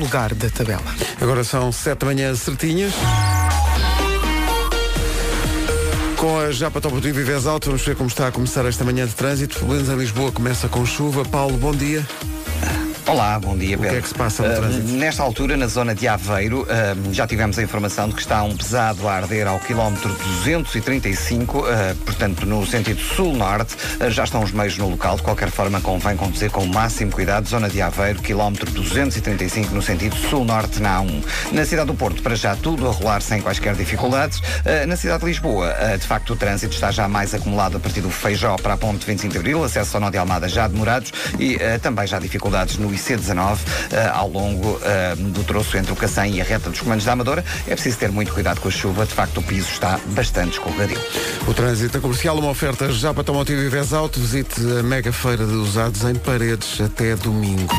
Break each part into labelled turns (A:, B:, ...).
A: lugar da tabela.
B: Agora são 7 da manhã certinhas. Com a Japa Top e Vives Alto, vamos ver como está a começar esta manhã de trânsito. Pelo menos em Lisboa começa com chuva. Paulo, bom dia.
C: Olá, bom dia, Pedro. Ah,
B: que é que se passa no trânsito?
C: Nesta altura, na zona de Aveiro, ah, já tivemos a informação de que está um pesado a arder ao quilómetro 235, ah, portanto, no sentido sul-norte, ah, já estão os meios no local. De qualquer forma, convém conduzir com o máximo cuidado. Zona de Aveiro, quilómetro 235, no sentido sul-norte, na A1. Na cidade do Porto, para já tudo a rolar sem quaisquer dificuldades. Ah, na cidade de Lisboa, ah, de facto, o trânsito está já mais acumulado a partir do Feijó para a ponte 25 de Abril, acesso ao Nó de Almada já demorados e ah, também já dificuldades no IC19 ah, ao longo ah, do troço entre o Cacém e a reta dos comandos da Amadora. É preciso ter muito cuidado com a chuva, de facto o piso está bastante escorregadio.
B: O trânsito é comercial, uma oferta Japa Top e Vives Alto. Visite a mega feira de usados em paredes até domingo.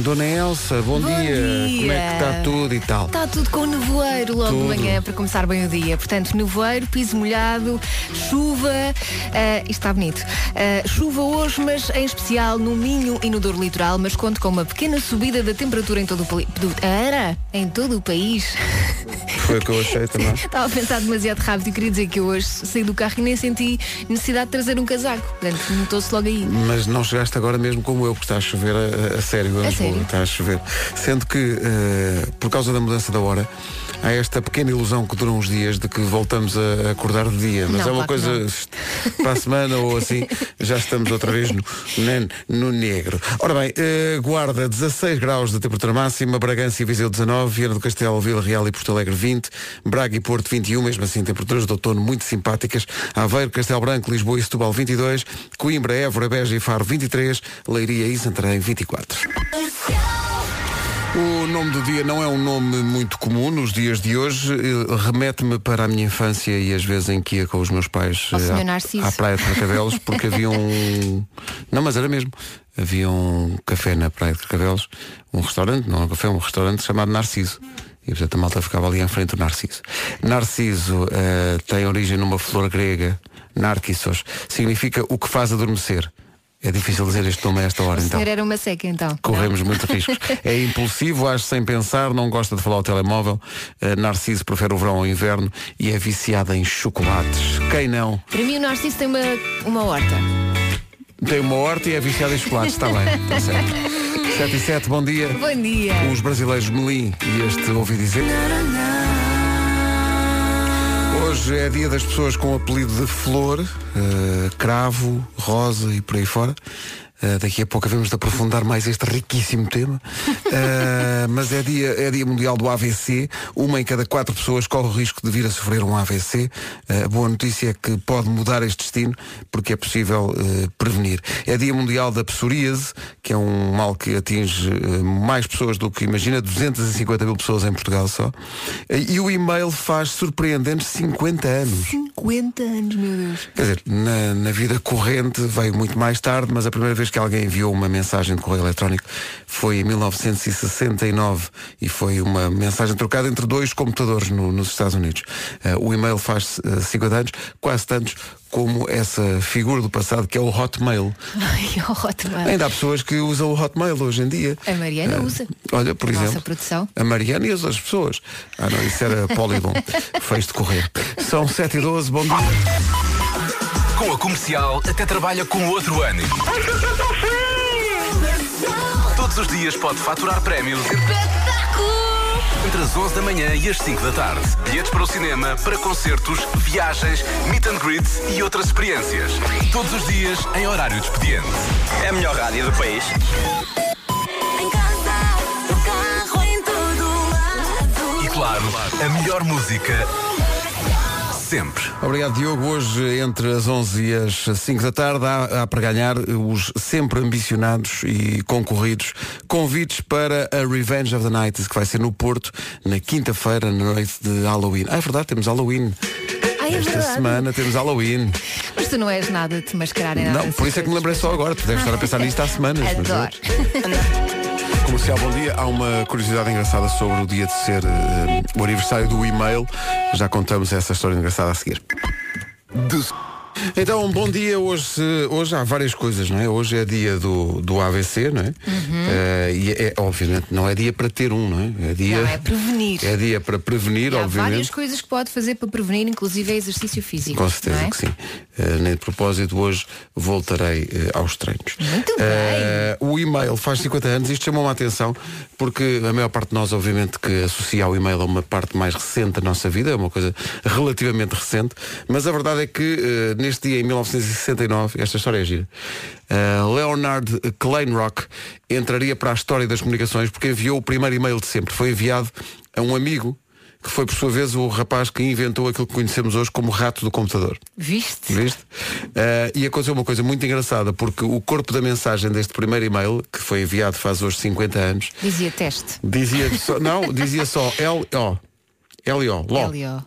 B: Dona Elsa, bom,
D: Bom dia. Tá
B: Como é que está tudo e tal?
D: Está tudo com nevoeiro logo
B: Tudo.
D: de manhã para começar bem o dia. Portanto, nevoeiro, piso molhado, chuva. eh, isto está bonito. Eh, chuva hoje, mas em especial no Minho e no Douro Litoral, mas conto com uma pequena subida da temperatura em todo o, pali- do, Ara, em todo o país.
B: Foi o que eu achei também.
D: Estava a pensar demasiado rápido e queria dizer que eu hoje saí do carro e nem senti necessidade de trazer um casaco. Portanto, notou-se logo aí.
B: Mas não chegaste agora mesmo como eu, porque está a chover a, a sério. em
D: A
B: Lisboa.
D: sério?
B: Está a chover. Sendo que, eh, por causa da mudança da hora, há esta pequena ilusão que dura uns dias de que voltamos a acordar de dia. Mas
D: Não,
B: é uma
D: claro que
B: coisa
D: não.
B: est- para a semana ou assim, já estamos outra vez no, ne- no negro. Ora bem, eh, Guarda 16 graus de temperatura máxima, Bragança e Viseu 19, Vieira do Castelo, Vila Real e Porto Alegre 20, Braga e Porto 21, mesmo assim temperaturas de outono muito simpáticas, Aveiro, Castelo Branco, Lisboa e Setúbal 22, Coimbra, Évora, Beja e Faro 23, Leiria e Santarém 24. O nome do dia não é um nome muito comum nos dias de hoje. eh, Remete-me para a minha infância e às vezes em que ia com os meus pais
D: Ao
B: eh,
D: Senhor
B: à,
D: Narciso.
B: à Praia de Carcavelos, porque havia um. Não, mas era mesmo. Havia um café na Praia de Carcavelos, um restaurante, não era um café, um restaurante chamado Narciso. E portanto a malta ficava ali em frente do Narciso. Narciso eh, tem origem numa flor grega, Narcissos. Significa o que faz adormecer. É difícil dizer este nome a esta hora,
D: O
B: então.
D: senhor era uma seca, então.
B: Corremos muitos riscos. É impulsivo, age sem pensar, não gosta de falar ao telemóvel. Eh, Narciso prefere o verão ao inverno e é viciada em chocolates. Quem não?
D: Para mim, o Narciso tem uma, uma horta.
B: Tem uma horta e é viciada em chocolates. Está bem, está certo. 7 e 7, bom dia.
D: Bom dia.
B: Os brasileiros Melim e este ouvi dizer. Hoje é dia das pessoas com o apelido de flor, eh, cravo, rosa e por aí fora. Eh, daqui a pouco vamos de aprofundar mais este riquíssimo tema. Eh, mas é dia, é dia mundial do AVC. Uma em cada quatro pessoas corre o risco de vir a sofrer um AVC. Eh, a boa notícia é que pode mudar este destino porque é possível eh, prevenir. É dia mundial da psoríase, que é um mal que atinge eh, mais pessoas do que imagina, 250 mil pessoas em Portugal só. Eh, e o e-mail faz surpreendentes 50 anos.
D: 50 anos, meu Deus.
B: Quer dizer, na, na vida corrente veio muito mais tarde, mas a primeira vez que alguém enviou uma mensagem de correio eletrónico foi em 1969 e foi uma mensagem trocada entre dois computadores no- nos Estados Unidos. Eh, o e-mail faz eh, 50 anos, quase tantos como essa figura do passado que é o Hotmail.
D: Ai, o Rottweiler.
B: Ainda há pessoas que usam o Hotmail hoje em dia.
D: Ah.
B: Eh,
D: A Mariana usa.
B: Olha, por
D: Nossa
B: exemplo.
D: produção.
B: A Mariana e as outras pessoas. Ah não, isso era Polygon. Fez de correr. São 7 e 12 bom dia.
E: Com a comercial, até trabalha com outro ano. Todos os dias pode faturar prémios entre as 11 da manhã e as 5 da tarde. Bilhetes para o cinema, para concertos, viagens, meet and greets e outras experiências. Todos os dias em horário de expediente. É a melhor rádio do país.
F: Em casa, no carro, em todo lado.
E: E claro, a melhor música sempre.
B: Obrigado, Diogo. Hoje, entre as 11 e as 5 da tarde, há, há para ganhar os sempre ambicionados e concorridos convites para a Revenge of the Night, que vai ser no Porto, na quinta-feira, na noite de Halloween. Ah, é verdade, temos Halloween.
D: Ai, é
B: Esta
D: verdade.
B: semana temos Halloween.
D: Mas tu não és nada de te mascarar em nada.
B: Não, por isso é que me lembrei só agora. Tu deves estar a pensar nisto há semanas. mas
D: Adoro.
B: Comercial, bom dia. Há uma curiosidade engraçada sobre o dia de ser eh, o aniversário do e-mail. Já contamos essa história engraçada a seguir. Então, bom dia. Hoje, eh, hoje há várias coisas, não é? Hoje é dia do, do AVC, não é?
D: Uhum.
B: Eh, e é, obviamente, não é dia para ter um, não é? É dia,
D: Não, é prevenir.
B: É dia para prevenir,
D: E há várias
B: obviamente.
D: coisas que pode fazer para prevenir, inclusive é exercício físico.
B: Com certeza
D: não é?
B: que sim. Eh, nem de propósito, hoje voltarei eh, aos treinos.
D: Muito
B: Eh, o e-mail faz 50 anos, isto chamou-me a atenção, porque a maior parte de nós, obviamente, que associa o e-mail a uma parte mais recente da nossa vida, é uma coisa relativamente recente, mas a verdade é que eh, neste dia, em 1969, esta história é gira, eh, Leonard Kleinrock entraria para a história das comunicações porque enviou o primeiro e-mail de sempre. Foi enviado a um amigo que foi, por sua vez, o rapaz que inventou aquilo que conhecemos hoje como rato do computador.
D: Viste?
B: Viste? Eh, e aconteceu uma coisa muito engraçada, porque o corpo da mensagem deste primeiro e-mail, que foi enviado faz hoje 50 anos,
D: Dizia teste.
B: dizia só, não, dizia só L-O. L-O, LO.
D: LO.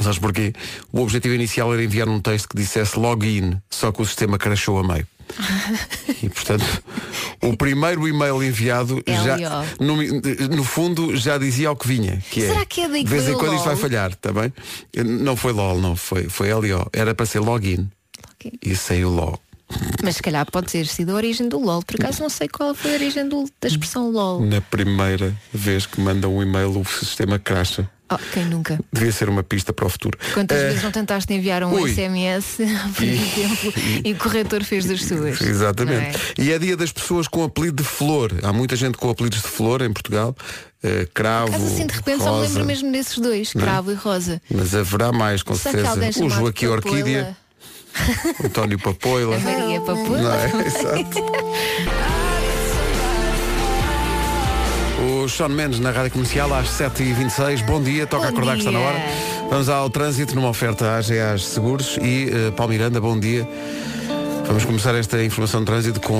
B: Sabes porquê? O objetivo inicial era enviar um texto que dissesse login, só que o sistema crashou a meio. E portanto, o primeiro e-mail enviado já,
D: LO.
B: no, no fundo já dizia ao que vinha. Que
D: Será que é daí que
B: De vez em
D: veio o
B: quando isto vai
D: LOL?
B: falhar, está bem? Não foi LOL, não, foi, foi LO. Era para ser login.
D: Ok.
B: E saiu LOL.
D: Mas se calhar pode ter sido a origem do LOL. Por acaso não sei qual foi a origem do- da expressão LOL.
B: Na primeira vez que manda um e-mail o sistema crasha.
D: Oh, quem nunca?
B: Devia ser uma pista para o futuro.
D: Quantas
B: Eh,
D: vezes não tentaste enviar um
B: ui.
D: SMS, por exemplo, e o corretor fez das suas?
B: Exatamente.
D: não é?
B: E é dia das pessoas com apelido de flor. Há muita gente com apelidos de flor em Portugal. Eh, cravo.
D: Caso assim, de repente
B: rosa, é?
D: só me lembro mesmo desses dois, Cravo e Rosa.
B: Mas haverá mais, com
D: Será que
B: certeza.
D: alguém
B: O
D: chamado
B: Joaquim
D: Papoila?
B: Orquídea, o António Papoila.
D: A Maria
B: Não
D: Papoila.
B: é? Exato. O Sean Mendes na Rádio Comercial às 7h26. Bom dia, toca
D: Bom
B: acordar que está na
D: dia.
B: hora. Vamos ao trânsito numa oferta à GAs Seguros e eh, Paulo Miranda, bom dia. Vamos começar esta informação de trânsito com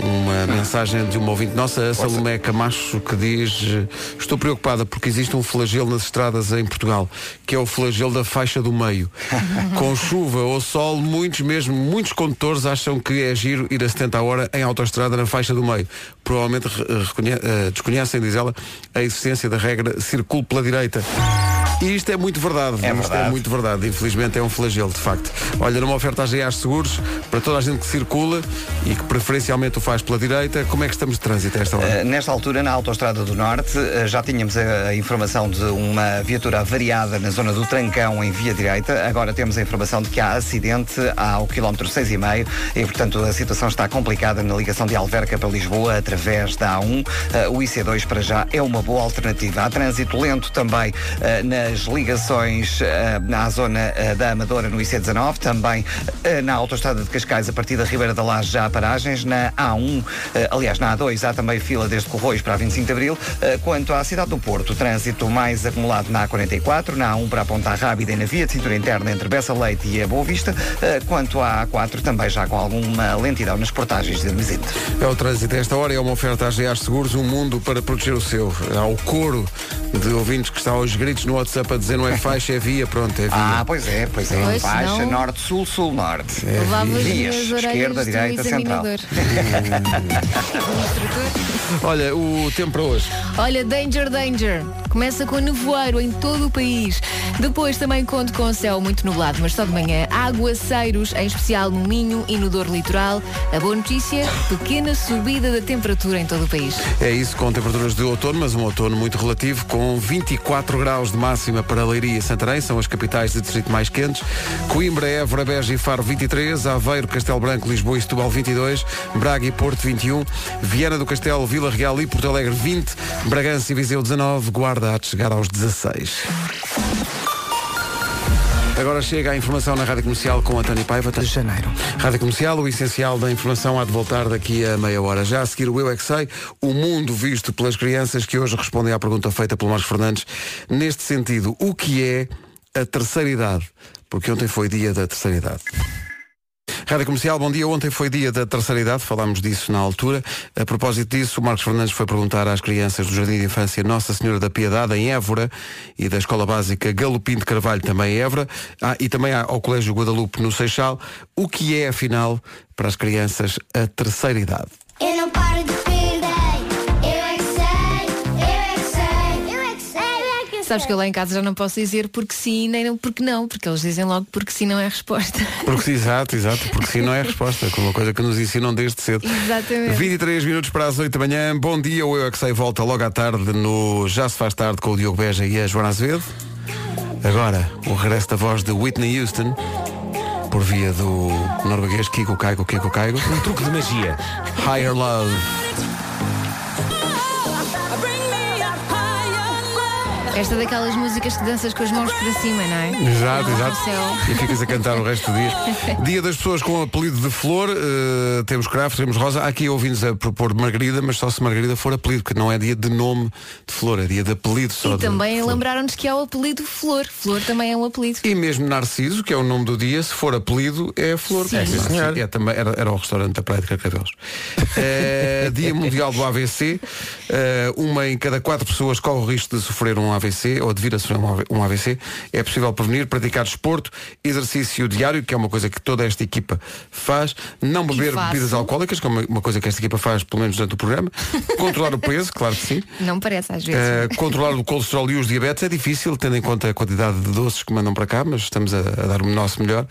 B: uma mensagem de uma ouvinte nossa, a Salomé Camacho, que diz eh, Estou preocupada porque existe um flagelo nas estradas em Portugal, que é o flagelo da faixa do meio. com chuva ou sol, muitos, mesmo muitos condutores acham que é giro ir a 70 a hora em autoestrada na faixa do meio. Provavelmente re- reconhe- eh, desconhecem, diz ela, a existência da regra circule pela direita. E isto é muito verdade.
C: É
B: isto é
C: verdade.
B: muito verdade. Infelizmente é um flagelo, de facto. Olha, numa oferta às GAs Seguros, para toda a gente que circula e que preferencialmente o faz pela direita, como é que estamos de trânsito a esta hora?
C: Eh, Nesta altura, na Autostrada do Norte, eh, já tínhamos a a informação de uma viatura avariada na zona do Trancão, em via direita. Agora temos a informação de que há acidente ao quilómetro 6,5 e, portanto, a situação está complicada na ligação de Alverca para Lisboa através da A1. Eh, O IC2 para já é uma boa alternativa. Há trânsito lento também eh, nas ligações eh, à zona eh, da Amadora no IC19, também eh, na Autostrada de Cascais a partir da Ribeira da Laje já há paragens, na A1, eh, aliás na A2 há também fila desde Corroios para a 25 de Abril. Eh, Quanto à cidade do Porto, trânsito mais acumulado na A44, na A1 para a Ponta Rábida e na via de cintura interna entre Bessa Leite e a Boa Vista. Eh, Quanto à A4, também já com alguma lentidão nas portagens de Mesite.
B: É o trânsito a esta hora, é uma oferta às GAs Seguros, um mundo para proteger o seu. Há o coro de ouvintes que está aos gritos no WhatsApp a dizer não é faixa, é via, pronto, é via.
C: Ah, pois é, pois é.
D: Pois,
C: Baixa,
D: senão-
C: norte, sul, sul, norte.
B: É
D: Levava as
C: Vias,
D: minhas
C: esquerda,
D: orelhas
C: direita,
D: do examinador.
B: Olha, o tempo para hoje.
D: Olha, Danger Danger. Começa com nevoeiro em todo o país. Depois também conto com céu muito nublado, mas só de manhã. Aguaceiros, em especial no Minho e no Dor Litoral. A boa notícia, pequena subida da temperatura em todo o país.
B: É isso, com temperaturas de outono, mas um outono muito relativo, com 24 graus de máxima para Leiria e Santarém, são as capitais de distrito mais quentes. Coimbra, Évora, Beja e Faro 23, Aveiro, Castelo Branco, Lisboa e Setúbal 22, Braga e Porto 21, Viana do Castelo, Vila Real e Porto Alegre 20, Bragança e Viseu 19, Guarda a chegar aos 16. Agora chega a informação na Rádio Comercial com a Tânia Paiva. De janeiro. Rádio Comercial, o essencial da informação há de voltar daqui a meia hora. Já a seguir o Eu É Que Sei, o mundo visto pelas crianças que hoje respondem à pergunta feita pelo Marcos Fernandes. Neste sentido, o que é a terceira idade? Porque ontem foi dia da terceira idade. Rádio Comercial, bom dia. Ontem foi dia da terceira idade, falámos disso na altura. A propósito disso, o Marcos Fernandes foi perguntar às crianças do Jardim de Infância Nossa Senhora da Piedade, em Évora, e da Escola Básica Galopim de Carvalho, também em Évora, ah, e também ao Colégio Guadalupe, no Seixal, o que é, afinal, para as crianças, a terceira idade.
A: Eu não paro de perder. Eu é que sei, eu é que sei, eu é que sei, eu é que
D: Sabes que eu lá em casa já não posso dizer porque sim, nem não porque não, porque eles dizem logo porque sim não é a resposta.
B: Porque sim, exato, exato, porque sim não é a resposta, que é uma coisa que nos ensinam desde cedo.
D: Exatamente.
B: 23 minutos para as 8 da manhã, bom dia, o Eu é que sei volta logo à tarde no Já se faz tarde com o Diogo Beja e a Joana Azevedo. Agora, o regresso da voz de Whitney Houston, por via do norueguês Kiko Caigo, Kiko Caigo.
A: Um truque de magia.
B: Higher Love.
D: Esta é daquelas músicas que danças com as mãos para cima, não é?
B: Exato,
D: Mãos
B: exato.
D: Para o céu.
B: E ficas a cantar o resto do dia. Dia das pessoas com o apelido de flor, eh, temos Craft, temos Rosa. Há aqui ouvintes a propor Margarida, mas só se Margarida for apelido, porque não é dia de nome de flor, é dia de apelido só.
D: E
B: de
D: também
B: flor.
D: lembraram-nos que há o apelido Flor. Flor também é um apelido.
B: E mesmo Narciso, que é o nome do dia, se for apelido, é Flor.
D: Sim.
B: É,
D: Sim,
B: Narciso. É, também, era, era o restaurante da Praia de Carcavelos. Eh, dia Mundial do AVC. Eh, uma em cada quatro pessoas corre o risco de sofrer um AVC ou de vir a sofrer um AV- um AVC. É possível prevenir, praticar desporto, exercício diário, que é uma coisa que toda esta equipa faz. Não beber
D: faço.
B: bebidas alcoólicas, que é uma, uma coisa que esta equipa faz, pelo menos durante o programa. Controlar o peso, claro que sim.
D: Não parece às vezes.
B: Eh, controlar o colesterol e os diabetes é difícil, tendo em conta a quantidade de doces que mandam para cá, mas estamos a, a dar o nosso melhor.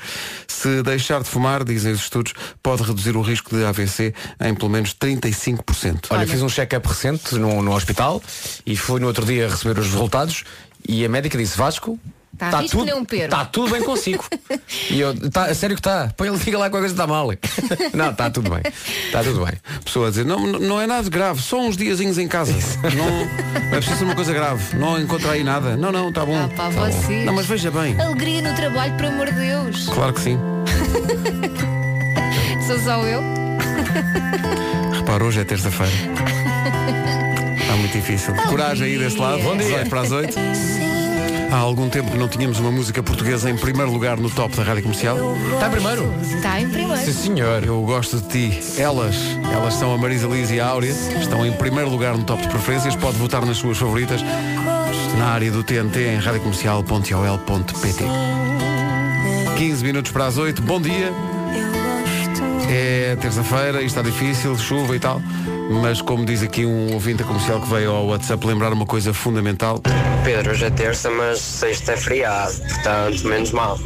B: Se deixar de fumar, dizem os estudos, pode reduzir o risco de AVC em pelo menos 35%.
A: Olha, fiz um check-up recente no, no hospital e fui no outro dia receber os resultados e a médica disse, Vasco,
D: Tá,
A: tá
D: risco
A: tudo,
D: não perco."
A: tá tudo bem consigo. e eu, tá, a sério que está? Põe ele fica lá com a coisa está mal. não, está tudo bem. Está tudo bem.
B: Pessoa a dizer, não, não é nada grave, só uns diazinhos em casa. Não, não é preciso ser uma coisa grave, não encontrei aí nada. Não, não, está bom.
D: Ah, pá,
B: tá bom.
D: vocês.
B: Não, mas veja bem.
D: Alegria no trabalho, por amor de Deus.
B: Claro que sim.
D: Sou só eu.
B: Repara, hoje é terça-feira. Está muito difícil. Coragem aí deste lado.
D: Bom
B: dia. para as oito. Há algum tempo que não tínhamos uma música portuguesa em primeiro lugar no top da rádio comercial.
A: Está primeiro?
D: Está em primeiro.
A: Sim, senhor.
B: Eu gosto de ti. Elas, elas são a Marisa Liz e a Áurea. Estão em primeiro lugar no top de preferências. Pode votar nas suas favoritas na área do TNT em radiocomercial.ol.pt 15 minutos para as 8. Bom dia. É terça-feira e está difícil, chuva e tal. Mas como diz aqui um ouvinte da comercial que veio ao WhatsApp lembrar uma coisa fundamental,
G: Pedro, hoje é terça, mas sexta é feriado, portanto, menos mal.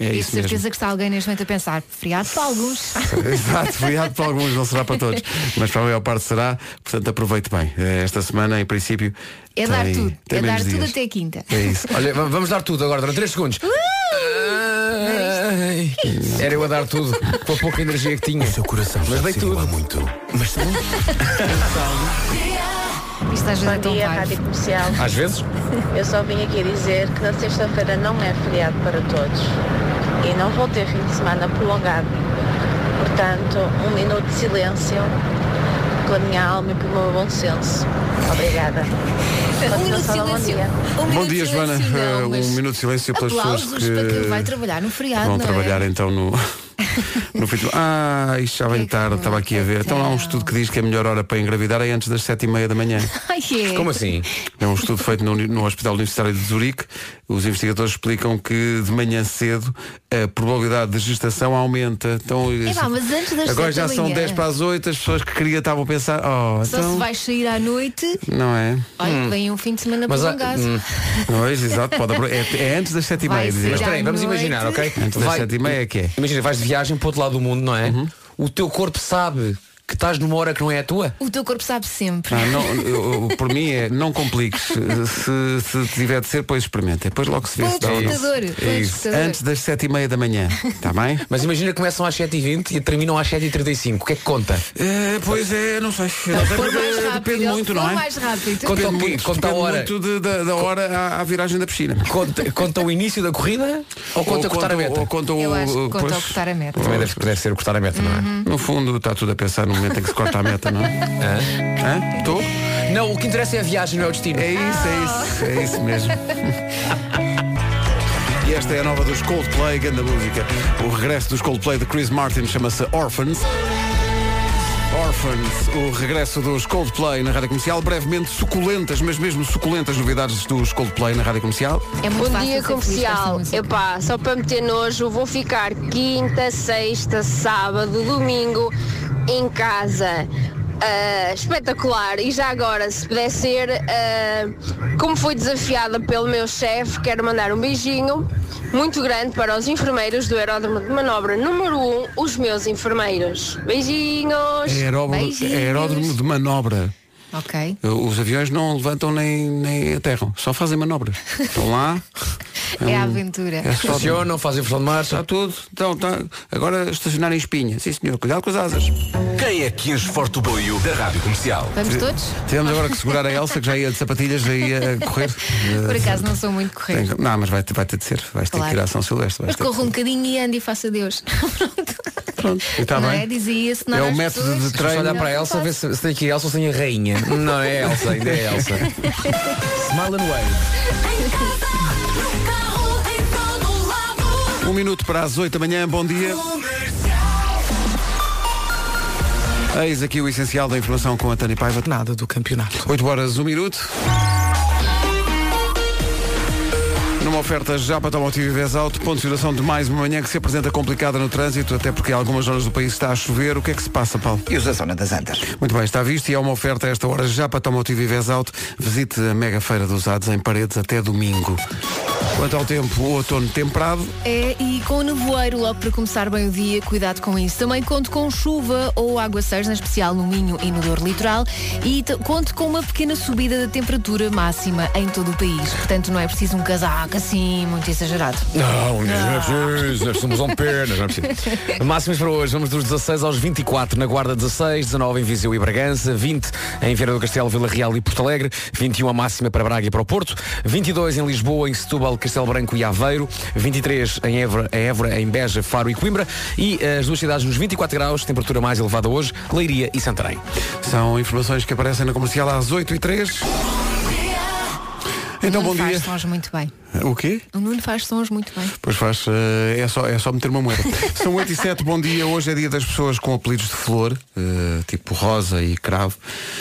B: é
D: E de
B: isso mesmo.
D: certeza que está alguém neste momento a pensar, feriado para alguns.
B: Exato, feriado para alguns, não será para todos. Mas para a maior parte será, portanto aproveite bem. Eh, Esta semana, em princípio.
D: É dar
B: tem-
D: tudo.
B: tem
D: é dar
B: menos
D: tudo
B: dias.
D: até quinta. Uh!
B: É isso.
A: Olha, va- vamos dar tudo agora, durante 3 segundos. Ai, Era eu a dar tudo, com a pouca energia que tinha.
E: Teu coração
A: Mas dei tudo.
E: muito.
D: Isto às vezes é
H: Bom
D: tão
H: dia,
D: raro.
H: Rádio Comercial.
A: Às vezes?
H: Eu só vim aqui dizer que na sexta-feira não é feriado para todos e não vou ter fim de semana prolongado. Portanto, um minuto de silêncio pela minha alma e pelo meu bom senso. Obrigada.
D: Um minuto de
H: Continuação de bom
D: silêncio.
H: dia.
D: Um
B: Bom
D: minuto
B: dia,
D: de
B: Joana.
D: silêncio, não,
B: Eh,
D: mas
B: um minuto de silêncio pelas pessoas
D: aplausos
B: que,
D: para quem vai trabalhar no feriado,
B: vão
D: não é?
B: trabalhar então no. No fim de... Ah, isto já vem
D: Que
B: tarde, estava aqui a ver. Então há um estudo que diz que a melhor hora para engravidar é antes das sete e meia da manhã.
D: Ai, é.
A: Como assim?
B: É um estudo feito no, uni- no Hospital Universitário de Zurique. Os investigadores explicam que de manhã cedo a probabilidade de gestação aumenta. Então, isso-
D: pá, mas antes das
B: Agora
D: sete
B: já
D: da
B: são
D: manhã.
B: 10 para as 8, as pessoas que queria estavam a pensar, oh,
D: Só
B: então.
D: se vais sair à noite,
B: Não é?
D: olha, vem um fim de semana
A: Mas há-
D: prolongado.
A: hum.
B: ah, Pois, exato, pode apro- é, é antes das 7 e
D: Vai
B: meia,
D: ser
B: dizia.
A: Mas espera aí,
D: à
A: vamos
D: noite.
A: imaginar, ok?
B: Antes das
A: Vai-
B: sete e meia é que é. Uhum.
A: Imagina, vais de viagem para o outro lado do mundo, não é? O teu corpo sabe que estás numa hora que não é a tua?
D: O teu corpo sabe sempre.
B: Ah, não, eu- eu- por mim é não compliques. Se, se tiver de ser, pois experimenta. Depois logo se vê É
D: Põe
B: se
D: o
B: dá ou não.
D: despertador. põe o
A: isso.
D: despertador.
B: Antes das 7 e meia da manhã, está bem?
A: Mas imagina que começam às 7h20 e terminam às 7h35. O que é que conta?
B: É, pois é, não sei.
D: Se for mais rápido,
B: Depende muito,
D: se for
B: não é?
D: mais rápido.
A: Conta
B: Depende
A: o quê?
B: muito,
A: Conta a
B: depende
A: hora.
B: muito de- da, da hora à, à viragem da piscina.
A: Conta, conta o início da corrida ou conta cortar a meta?
B: Ou conta o,
D: Eu acho que conta
B: pois,
D: ao cortar a meta. Hum.
A: Também deve, deve ser o cortar a meta, não é?
B: No fundo está tudo a pensar no momento em que se corta a meta, não é?
A: Hã?
B: Hã? Estou?
A: Não, o que interessa é a viagem, não é o destino.
B: É
D: Oh.
B: isso, é isso, é isso mesmo. E esta é a nova dos Coldplay, grande música. O regresso dos Coldplay de Chris Martin chama-se Orphans. Orphans, o regresso dos Coldplay na Rádio Comercial, brevemente suculentas, mas mesmo suculentas novidades dos Coldplay na Rádio Comercial.
D: É muito
I: Bom
D: fácil
I: dia,
D: ser feliz com
I: comercial.
D: esta música.
I: Epá, só para meter nojo, vou ficar quinta, sexta, sábado, domingo em casa. ah, espetacular. E já agora, se pudesse ser, ah, como fui desafiada pelo meu chefe, quero mandar um beijinho muito grande para os enfermeiros do Aeródromo de Manobra número 1, os meus enfermeiros. Beijinhos!
B: É aeródromo,
D: Beijinhos.
B: é aeródromo de manobra.
D: Ok.
B: Eh, Os aviões não levantam nem, nem aterram, só fazem manobras. Estão lá.
D: É a
B: um-
D: aventura.
B: É só
A: Funcionam, fazem função de marcha.
B: Está tudo. Então, tá- Agora estacionar em espinha. Sim, senhor. Cuidado com as asas.
E: Quem é que enche forte o boio da Rádio Comercial?
D: Vamos todos?
B: Tivemos agora que segurar a Elsa, que já ia de sapatilhas, já ia a correr. Eh,
D: Por acaso não sou muito
B: Tem
D: corrente.
B: que- Não, mas vai, ter- vai ter de ser. Vais ter que
D: Claro.
B: ir à São Silvestre.
D: Mas
B: Vais ter
D: corro um
B: que...
D: bocadinho e ando e faço adeus. Pronto.
B: E tá
D: não
B: bem.
D: é? Dizia isso, não às
B: É o método
D: pessoas.
B: de
A: Deixa eu
B: treino.
A: olhar para a Elsa, ver se, se tem aqui a Elsa ou se tem a rainha. Não, é a Elsa, ainda é a Elsa. Smile and wave.
F: Em casa, no carro, em todo lado.
B: Um minuto para as 8 da manhã. Bom dia. Eis aqui o essencial da informação com a Tânia Paiva.
J: Nada do campeonato.
B: 8 horas, 1 minuto. Numa oferta já para Automotivo e Vez Auto, ponto de situação de mais uma manhã que se apresenta complicada no trânsito, até porque em algumas zonas do país está a chover. O que é que se passa, Paulo?
C: E os da Zona das Antas.
B: Muito bem, está visto e é uma oferta a esta hora já para Automotivo e Vez Auto. Visite a mega feira de usados em paredes até domingo. Quanto ao tempo, o outono temperado,
D: É, e com o nevoeiro logo para começar bem o dia, cuidado com isso. Também conto com chuva ou aguaceiros, em especial no Minho e no Douro Litoral. E t- conto com uma pequena subida da temperatura máxima em todo o país. Portanto, não é preciso um casaco assim muito exagerado.
A: Não, não é preciso, estamos a pernas, não é preciso. Máximos para hoje, vamos dos 16 aos 24 na Guarda 16, 19 em Viseu e Bragança, 20 em Vieira do Castelo, Vila Real e Porto Alegre, 21 a máxima para Braga e para o Porto, 22 em Lisboa, em Setúbal, Castelo Branco e Aveiro, 23 em Évora, em, Évora, em Beja, Faro e Coimbra e eh, as duas cidades nos 24 graus, temperatura mais elevada hoje, Leiria e Santarém.
B: são informações que aparecem na comercial às 8 e 3 Então,
D: o
B: bom
D: Nuno faz
B: dia. É
D: sons muito bem.
B: O quê?
D: O Nuno faz sons muito bem.
B: Pois faz, eh, é só, é só meter uma moeda. São 8 e 7, bom dia. Hoje é dia das pessoas com apelidos de flor, eh, tipo rosa e cravo.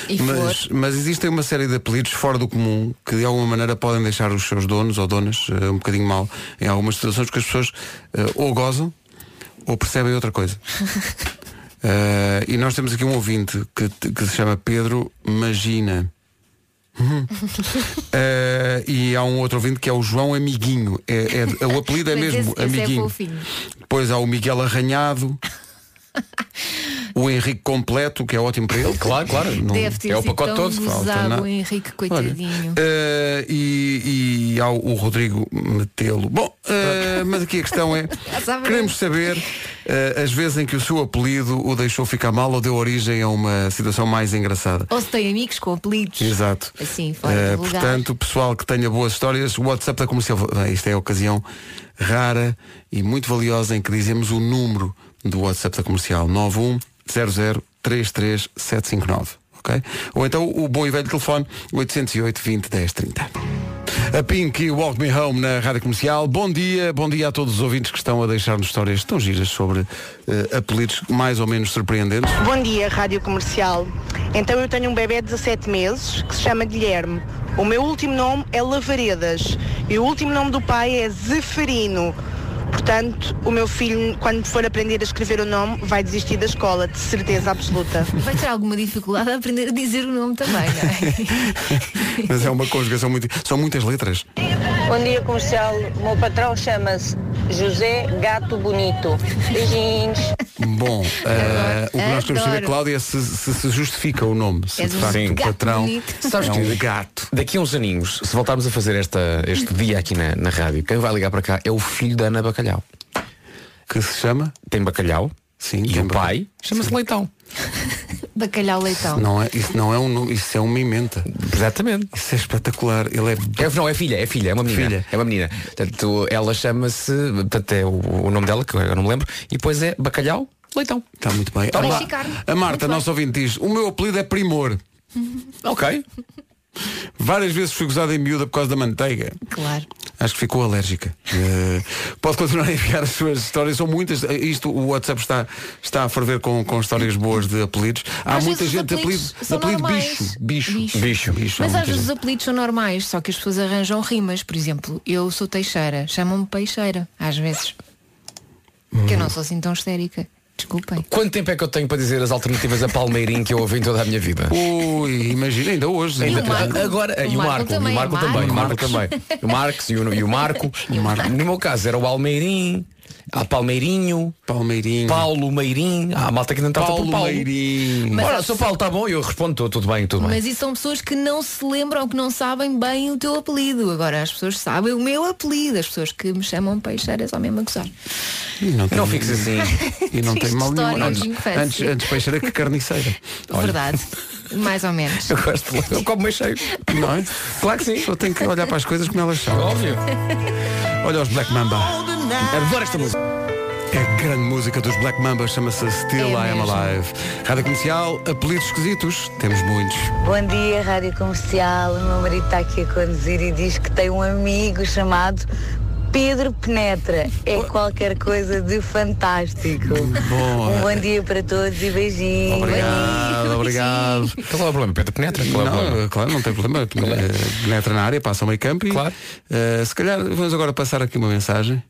D: E
B: mas, mas existem uma série de apelidos fora do comum que de alguma maneira podem deixar os seus donos ou donas eh, um bocadinho mal em algumas situações porque as pessoas eh, ou gozam ou percebem outra coisa. Eh, e nós temos aqui um ouvinte que, que se chama Pedro Magina. Uhum. Eh, e há um outro ouvinte que é o João Amiguinho. É, é- o apelido é
D: Mas
B: mesmo
D: esse- esse é
B: Amiguinho.
D: fofinho.
B: Depois há o Miguel Arranhado. o Henrique Completo, que é ótimo para ele. Claro, claro.
D: Deve ter
B: é o
D: sido
B: pacote
D: tão
B: todo.
D: gozado,
B: Falta nada.
D: o Henrique,
B: Olha,
D: coitadinho.
B: eh, e, e há o Rodrigo Metelo. Bom, eh, mas aqui a questão é,
D: sabemos.
B: queremos saber eh, as vezes em que o seu apelido o deixou ficar mal ou deu origem a uma situação mais engraçada.
D: Ou se tem amigos com apelidos.
B: Exato.
D: Assim, fora
B: Eh,
D: do lugar.
B: portanto, pessoal que tenha boas histórias, o WhatsApp da comercial. Ah, Isto é a ocasião rara e muito valiosa em que dizemos o número do WhatsApp da comercial. 910033759. Ok? Ou então o bom e velho telefone 808 20 10 30. A Pink e Walk Me Home na Rádio Comercial. Bom dia, bom dia a todos os ouvintes que estão a deixar-nos histórias tão giras sobre eh, apelidos mais ou menos surpreendentes.
K: Bom dia, Rádio Comercial. Então eu tenho um bebê de 17 meses que se chama Guilherme. O meu último nome é Lavaredas e o último nome do pai é Zeferino. Portanto, o meu filho, quando for aprender a escrever o nome, vai desistir da escola, de certeza absoluta.
D: Vai ter alguma dificuldade a aprender a dizer o nome também, não é?
B: Mas é uma conjugação muito. São muitas letras.
K: Bom dia, comercial. O meu patrão chama-se José Gato Bonito. Beijinhos.
B: Bom, eh, o que nós queremos saber,
D: Adoro.
B: Cláudia, é se, se, se justifica o nome. Se
D: És
B: de
D: um
B: facto o
D: gato
B: patrão
D: bonito.
A: Sabes
B: é
A: que-
B: um gato.
A: Daqui a uns aninhos, se voltarmos a fazer esta, este dia aqui na, na rádio, quem vai ligar para cá é o filho da Ana Bacalhau.
B: Que se chama?
A: Tem bacalhau
B: Sim,
A: e
B: tem
A: o
B: bacalhau.
A: pai chama-se Leitão.
D: Bacalhau leitão.
B: Não é, isso não é um nome, isso é uma emenda.
A: Exatamente.
B: Isso é espetacular. Ele é.
A: É, não, é filha, é filha, é uma menina.
B: Filha.
A: É uma menina. Portanto, ela chama-se, portanto, é o, o nome dela, que eu não me lembro, e depois é bacalhau leitão.
B: Está muito bem. a,
D: bem.
B: Ma-
D: Chicarme.
B: a
D: Então Muito
B: Marta,
D: bem.
B: nosso ouvinte, diz: O meu apelido é Primor.
A: Ok.
B: Várias vezes fui gozada em miúda por causa da manteiga.
D: Claro.
B: Acho que ficou alérgica. Eh, pode continuar a enviar as suas histórias. São muitas. Eh, Isto, o WhatsApp está, está a ferver com, com histórias boas de apelidos. Há
D: Às
B: muita
D: vezes os
B: gente de apelido,
D: apelidos são
B: apelido
D: normais.
B: bicho, bicho.
D: Bicho.
A: Bicho.
B: Bicho, há
D: Mas às
B: muita
D: vezes os
B: gente.
D: apelidos são normais, só que as pessoas arranjam rimas. Por exemplo, eu sou Teixeira, chamam-me Peixeira, às vezes. Que eu não sou assim tão histérica. Desculpem.
A: Quanto tempo é que eu tenho para dizer as alternativas a Palmeirim que eu ouvi em toda a minha vida?
B: Ui, imagina, ainda hoje.
A: Ainda
D: E o Marco?
A: Agora, e o Marco, e o Marco também, o Marco também. O Marcos e o, e o Marco. No meu caso era o Almeirim, a Palmeirinho,
B: Palmeirinho,
A: Paulo Meirim, ah, a malta que não está
B: Paulo Meirim.
D: Mas
A: Ora,
D: há-
A: seu Paulo está bom, eu respondo tudo, tudo bem, tudo bem.
D: Mas isso são pessoas que não se lembram, que não sabem bem o teu apelido. Agora, as pessoas sabem o meu apelido. As pessoas que me chamam peixeiras ao mesmo a gozar.
B: E não, tem,
A: Não fiques assim.
B: E não tem
D: Triste
B: mal nenhum.
D: história de
B: Antes,
D: infância.
B: antes, antes peixeira que carniceira.
D: Verdade. Mais ou menos.
A: Eu gosto, de- eu como meio cheio.
B: Não é? Claro que sim. Só tenho que olhar para as coisas como elas são.
A: Óbvio.
B: Olha os Black Mamba.
A: Adoro esta música.
B: É a grande música dos Black Mamba, chama-se Still
D: É
B: I Am
D: mesmo.
B: Alive. Rádio Comercial, apelidos esquisitos, temos muitos.
J: Bom dia, Rádio Comercial. O meu marido está aqui a conduzir e diz que tem um amigo chamado Pedro Penetra. É qualquer coisa de fantástico.
B: Bom.
J: Um bom dia para todos e beijinhos.
B: Obrigado, obrigado.
A: Qual é o problema? Pedro Penetra? Qual é o problema?
B: Não, claro, não tem problema. Eh, Penetra na área, passa ao meio campo e
A: Claro.
B: eh, se calhar vamos agora passar aqui uma mensagem.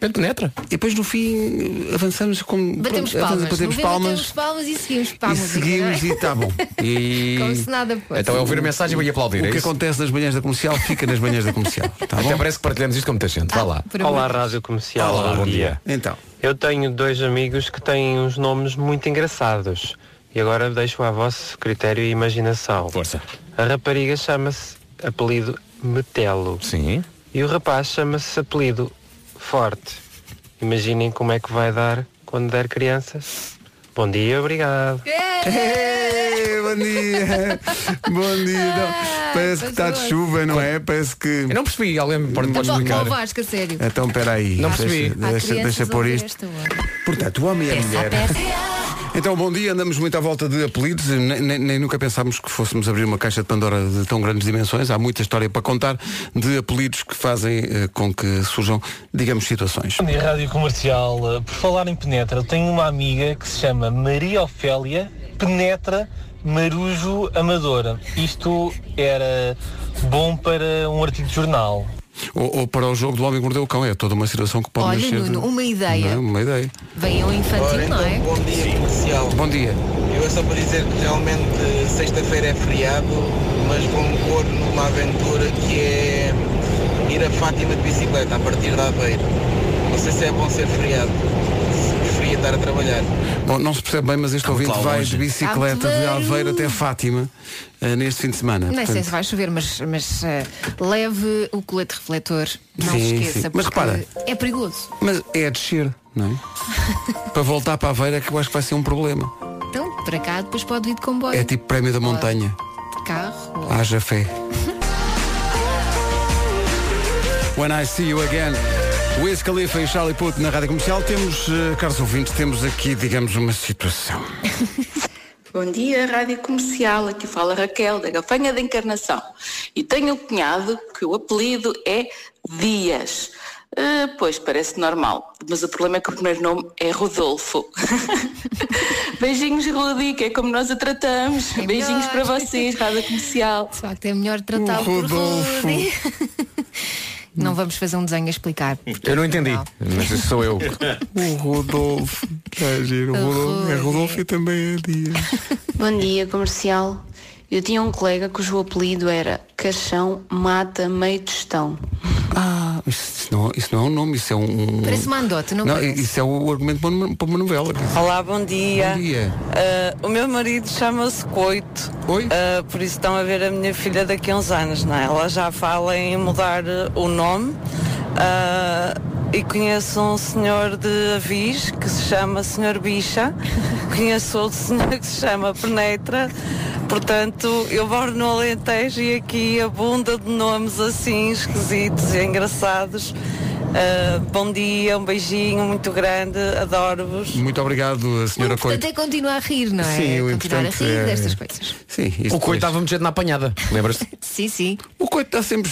A: Pedro Penetra.
B: E depois no fim avançamos como
D: Batemos
B: pronto,
D: palmas.
B: avançamos, batemos
D: No fim,
B: palmas
D: Batemos palmas e seguimos para a
B: e
D: música. não
B: seguimos e
D: é?
B: está bom. E
D: Como se nada fosse.
A: Então é ouvir a mensagem e aplaudir,
B: o
A: é
B: que
A: isso?
B: acontece nas manhãs da comercial fica nas manhãs da comercial. Tá
A: Até
B: bom?
A: parece que partilhamos isto com muita gente.
D: Tá.
A: Vá lá.
D: Por
G: Olá,
D: amor-
G: Rádio Comercial.
A: Olá, bom
G: bom
A: dia.
G: dia.
B: Então,
G: Eu tenho dois amigos que têm uns nomes muito engraçados. E agora deixo a vosso critério e imaginação.
A: Força.
G: A rapariga chama-se apelido Metelo.
A: Sim.
G: E o rapaz chama-se apelido Forte. Imaginem como é que vai dar quando der crianças. Bom dia, obrigado.
D: É,
B: Ei, bom dia! Bom dia!
D: Ah,
B: Não, parece que está de
D: passou.
B: chuva, não é? Parece que.
A: Eu não percebi, alguém pode, pode
D: Então,
A: explicar.
D: ó, Vasco, a sério.
B: Então espera aí.
A: Não
B: deixa,
A: percebi.
D: Há
B: deixa,
D: crianças
B: deixa
D: a
B: pôr
D: ouvir
B: isto.
D: esta hora.
B: Portanto, o homem e
D: É
B: a mulher. Então, bom dia, andamos muito à volta de apelidos, nem, nem- nem nunca pensámos que fôssemos abrir uma caixa de Pandora de tão grandes dimensões, há muita história para contar de apelidos que fazem eh, com que surjam, digamos, situações.
L: Bom dia, Rádio Comercial. Uh, Por falar em Penetra, eu tenho uma amiga que se chama Maria Ofélia Penetra Marujo Amadora. Isto era bom para um artigo de jornal.
B: Ou, ou para o jogo do homem que mordeu o cão, é toda uma situação que pode
D: Olha,
B: nascer de-
D: Nuno, um uma ideia.
B: Não é? Uma ideia.
D: Vem um infantil, não é?
L: então,
M: então,
L: bom dia, Comercial.
B: Bom dia.
L: Eu é só para dizer que realmente sexta-feira é feriado, mas vou-me pôr numa aventura que é ir a Fátima de bicicleta a partir da Aveiro. Não sei se é bom ser feriado, se preferia estar a trabalhar.
B: Bom, não se percebe bem, mas este ouvinte
A: lá
B: vai
A: longe.
B: de bicicleta de
D: Aveiro.
B: Aveiro até Fátima eh, neste fim de semana.
D: Nem sei
B: Portanto,
D: se vai chover, mas, mas eh, leve o colete refletor. Não
B: Sim,
D: se esqueça,
B: sim. Mas
D: porque
B: repara.
D: é perigoso.
B: Mas é a descer, não é? para voltar para Aveiro é que eu acho que vai ser um problema.
D: Então, para cá, depois pode vir de comboio,
B: É Ah. tipo prémio da montanha.
D: de carro. ou-
B: Haja fé. When I see you again. Wiz Khalifa e Charlie Puth na Rádio Comercial. Temos, eh, caros ouvintes, temos aqui, digamos, uma situação.
M: Bom dia, Rádio Comercial. Aqui fala Raquel, da Gafanha da Encarnação. E tenho um cunhado que o apelido é Dias. Ah, pois, parece normal. Mas o problema é que o primeiro nome é Rodolfo. Beijinhos, Rudi, que é como nós a tratamos.
D: É
M: Beijinhos
D: melhor.
M: para vocês, Rádio Comercial.
D: De facto, é melhor tratá-lo por
B: Rodolfo.
D: Rudy. Não vamos fazer um desenho a explicar.
A: Eu não entendi,
D: Não.
A: mas isso sou eu.
B: O Rodolfo. É, giro, o Rodolfo. é Rodolfo e também é Dias.
N: Bom dia, comercial. Eu tinha um colega cujo apelido era Caixão Mata Meio Tostão.
B: Ah, isso não, isso não é um nome, isso é um.
D: Parece uma andota, não,
B: Não,
D: parece?
B: isso é o argumento para uma- para uma novela.
O: Olá, bom dia.
B: Bom dia.
O: Ah, o meu marido chama-se Coito.
B: Oi?
O: Ah, por isso estão a ver a minha filha daqui a uns anos, não é? Ela já fala em mudar eh, o nome. Ah, e conheço um senhor de Avis que se chama Senhor Bicha. conheço outro senhor que se chama Penetra. Portanto, eu moro no Alentejo e aqui abunda de nomes assim esquisitos e engraçados. Ah, bom dia, um beijinho muito grande, adoro-vos.
B: Muito obrigado, a
D: O
B: senhora
D: importante
B: Coito.
D: é continuar a rir, não é?
B: Sim, o
D: continuar a
B: importante
D: rir
B: é-
D: destas coisas.
B: Sim, isto
A: O coitado
B: é-
A: estava muito jeito na apanhada, lembras-te?
D: Sim, sim.
B: O coito está sempre.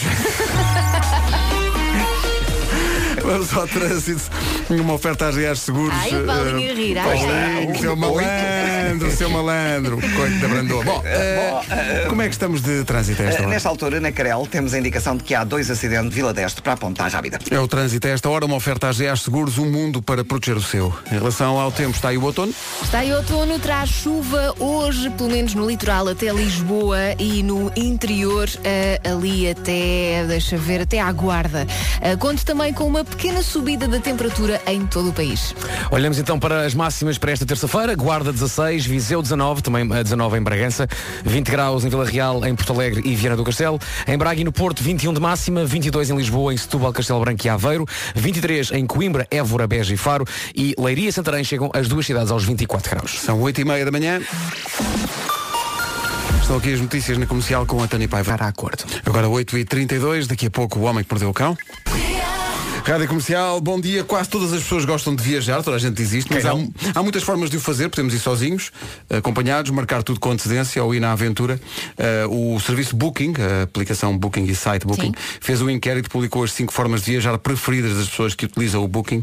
B: Vamos ao trânsito. Uma oferta às Reais Seguros.
D: Ai, o Paulinho
B: eh,
D: a rir, ai,
B: Paulinho,
D: ai.
B: seu malandro, seu malandro. Coito da Brandoa. Bom, eh, como é que estamos de trânsito a esta
C: Eh,
B: hora?
C: Nesta altura, na Carel, temos a indicação de que há dois acidentes de Vila Deste para a Ponta Rábida.
B: É o trânsito a esta hora, uma oferta às GEAS Seguros, um mundo para proteger o seu. Em relação ao tempo, está aí o outono.
D: Está em outono, traz chuva hoje, pelo menos no litoral até Lisboa e no interior eh, ali até, deixa ver, até à Guarda. Eh, conto também com uma pequena subida da temperatura em todo o país.
A: Olhamos então para as máximas para esta terça-feira. Guarda 16, Viseu 19, também eh, 19 em Bragança, 20 graus em Vila Real, em Porto Alegre e Viana do Castelo. Em Braga e no Porto, 21 de máxima, 22 em Lisboa, em Setúbal, Castelo Branco e Aveiro, 23 em Coimbra, Évora, Beja e Faro e Leiria e Santarém chegam as duas cidades aos 24 graus.
B: São 8 e meia da manhã. Estão aqui as notícias na comercial com a Tânia Paiva. Para acordo. Agora 8h32, daqui a pouco o homem que perdeu o cão. Rádio Comercial, bom dia. Quase todas as pessoas gostam de viajar, toda a gente diz isto, mas há, há muitas formas de o fazer. Podemos ir sozinhos, acompanhados, marcar tudo com antecedência ou ir na aventura. Eh, o serviço Booking, a aplicação Booking e site Booking, fez um inquérito, publicou as cinco formas de viajar preferidas das pessoas que utilizam o Booking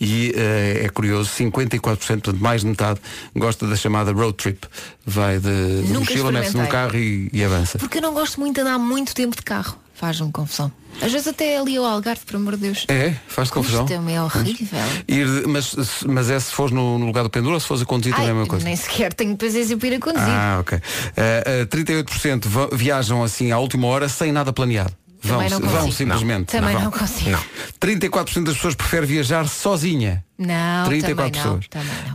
B: e eh, é curioso, 54%, portanto mais de metade, gosta da chamada road trip. Vai de, de
D: Nunca
B: mochila, mete-se num
D: experimentei.
B: carro e, e avança.
D: Porque eu não gosto muito de andar muito tempo de carro. Faz-me confusão. Às vezes até ali ao Algarve, por amor de Deus.
B: É, faz-te confusão.
D: Isto também é horrível.
B: Ir de- mas, se- mas é se fores no, no lugar do pendura ou se fores a conduzir também é a mesma coisa.
D: nem sequer tenho paciência para ir a conduzir.
B: Ah, ok. Eh, eh, 38% va- viajam assim à última hora sem nada planeado. Vão,
D: Também não
B: vão
D: consigo.
B: simplesmente.
D: Também
B: vão.
D: não consigo.
B: 34% das pessoas preferem viajar sozinha.
D: Não,
B: 34
D: também não.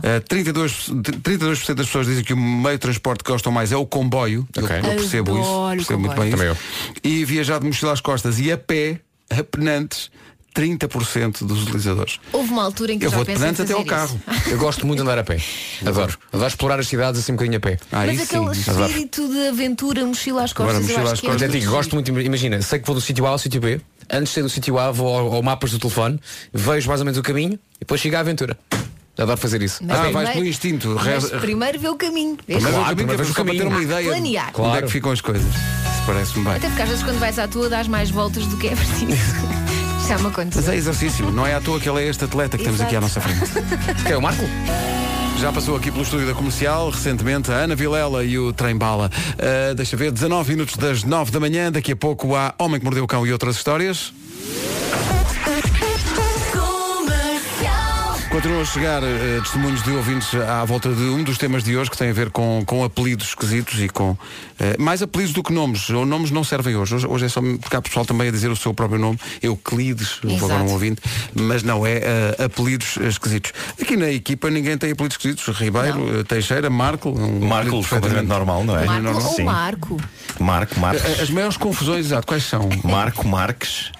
B: pessoas. Eh, 32, 32% das pessoas dizem que o meio de transporte que gostam mais é o comboio. Eu, eu percebo isso.
D: Adoro
B: Percebo muito bem
D: comboio.
B: isso. E viajar de mochila às costas e a pé, a penantes, 30% dos utilizadores.
D: Houve uma altura em que eu já pensei em fazer isso.
A: Eu gosto muito de andar a pé. Adoro. Adoro explorar as cidades assim um bocadinho a pé.
B: Ah,
D: Mas aquele espírito de aventura, mochila às costas, eu acho que é
A: Até
D: muito
A: digo,
D: giro.
A: gosto muito, imagina, sei que vou do sítio A ao sítio B, antes de sair do sítio A vou ao, ao mapas do telefone, vejo mais ou menos o caminho e depois chego à aventura. Adoro fazer isso.
D: Mas
A: Ah,
D: primeiro-
A: vais pelo instinto.
D: Mas
A: reza-
D: primeiro vê o caminho.
A: Primeiro vê o caminho, que é
B: Só para ter uma ideia de
D: Planear.
B: onde é que ficam as coisas. Se Parece-me bem.
D: Até porque às vezes quando vais à tua dás mais voltas do que é preciso. Já me aconteceu.
B: Mas é exercício, não é à toa que ele é este atleta que temos aqui à nossa frente.
A: Que é o Marco?
B: Já passou aqui pelo estúdio da comercial, recentemente, a Ana Vilela e o Trem Bala. Ah, deixa ver, 19 minutos das 9 da manhã, daqui a pouco há Homem que Mordeu o Cão e outras histórias. Continuam a chegar eh, testemunhos de ouvintes à volta de um dos temas de hoje que tem a ver com, com apelidos esquisitos e com. eh, mais apelidos do que nomes. Ou nomes não servem hoje. hoje. hoje é só porque há pessoal também a dizer o seu próprio nome. Euclides,
P: Exato.
B: vou agora um ouvinte. Mas não, é eh, apelidos esquisitos. Aqui na equipa ninguém tem apelidos esquisitos. Ribeiro, eh, Teixeira, Marco. Um
P: Marco,
B: apelido
P: completamente normal, não é?
B: apelido
D: Marco
B: normal.
D: ou Marco?
P: Marco, Marques.
B: Eh, As maiores confusões, exato, quais são?
P: Marco Marques.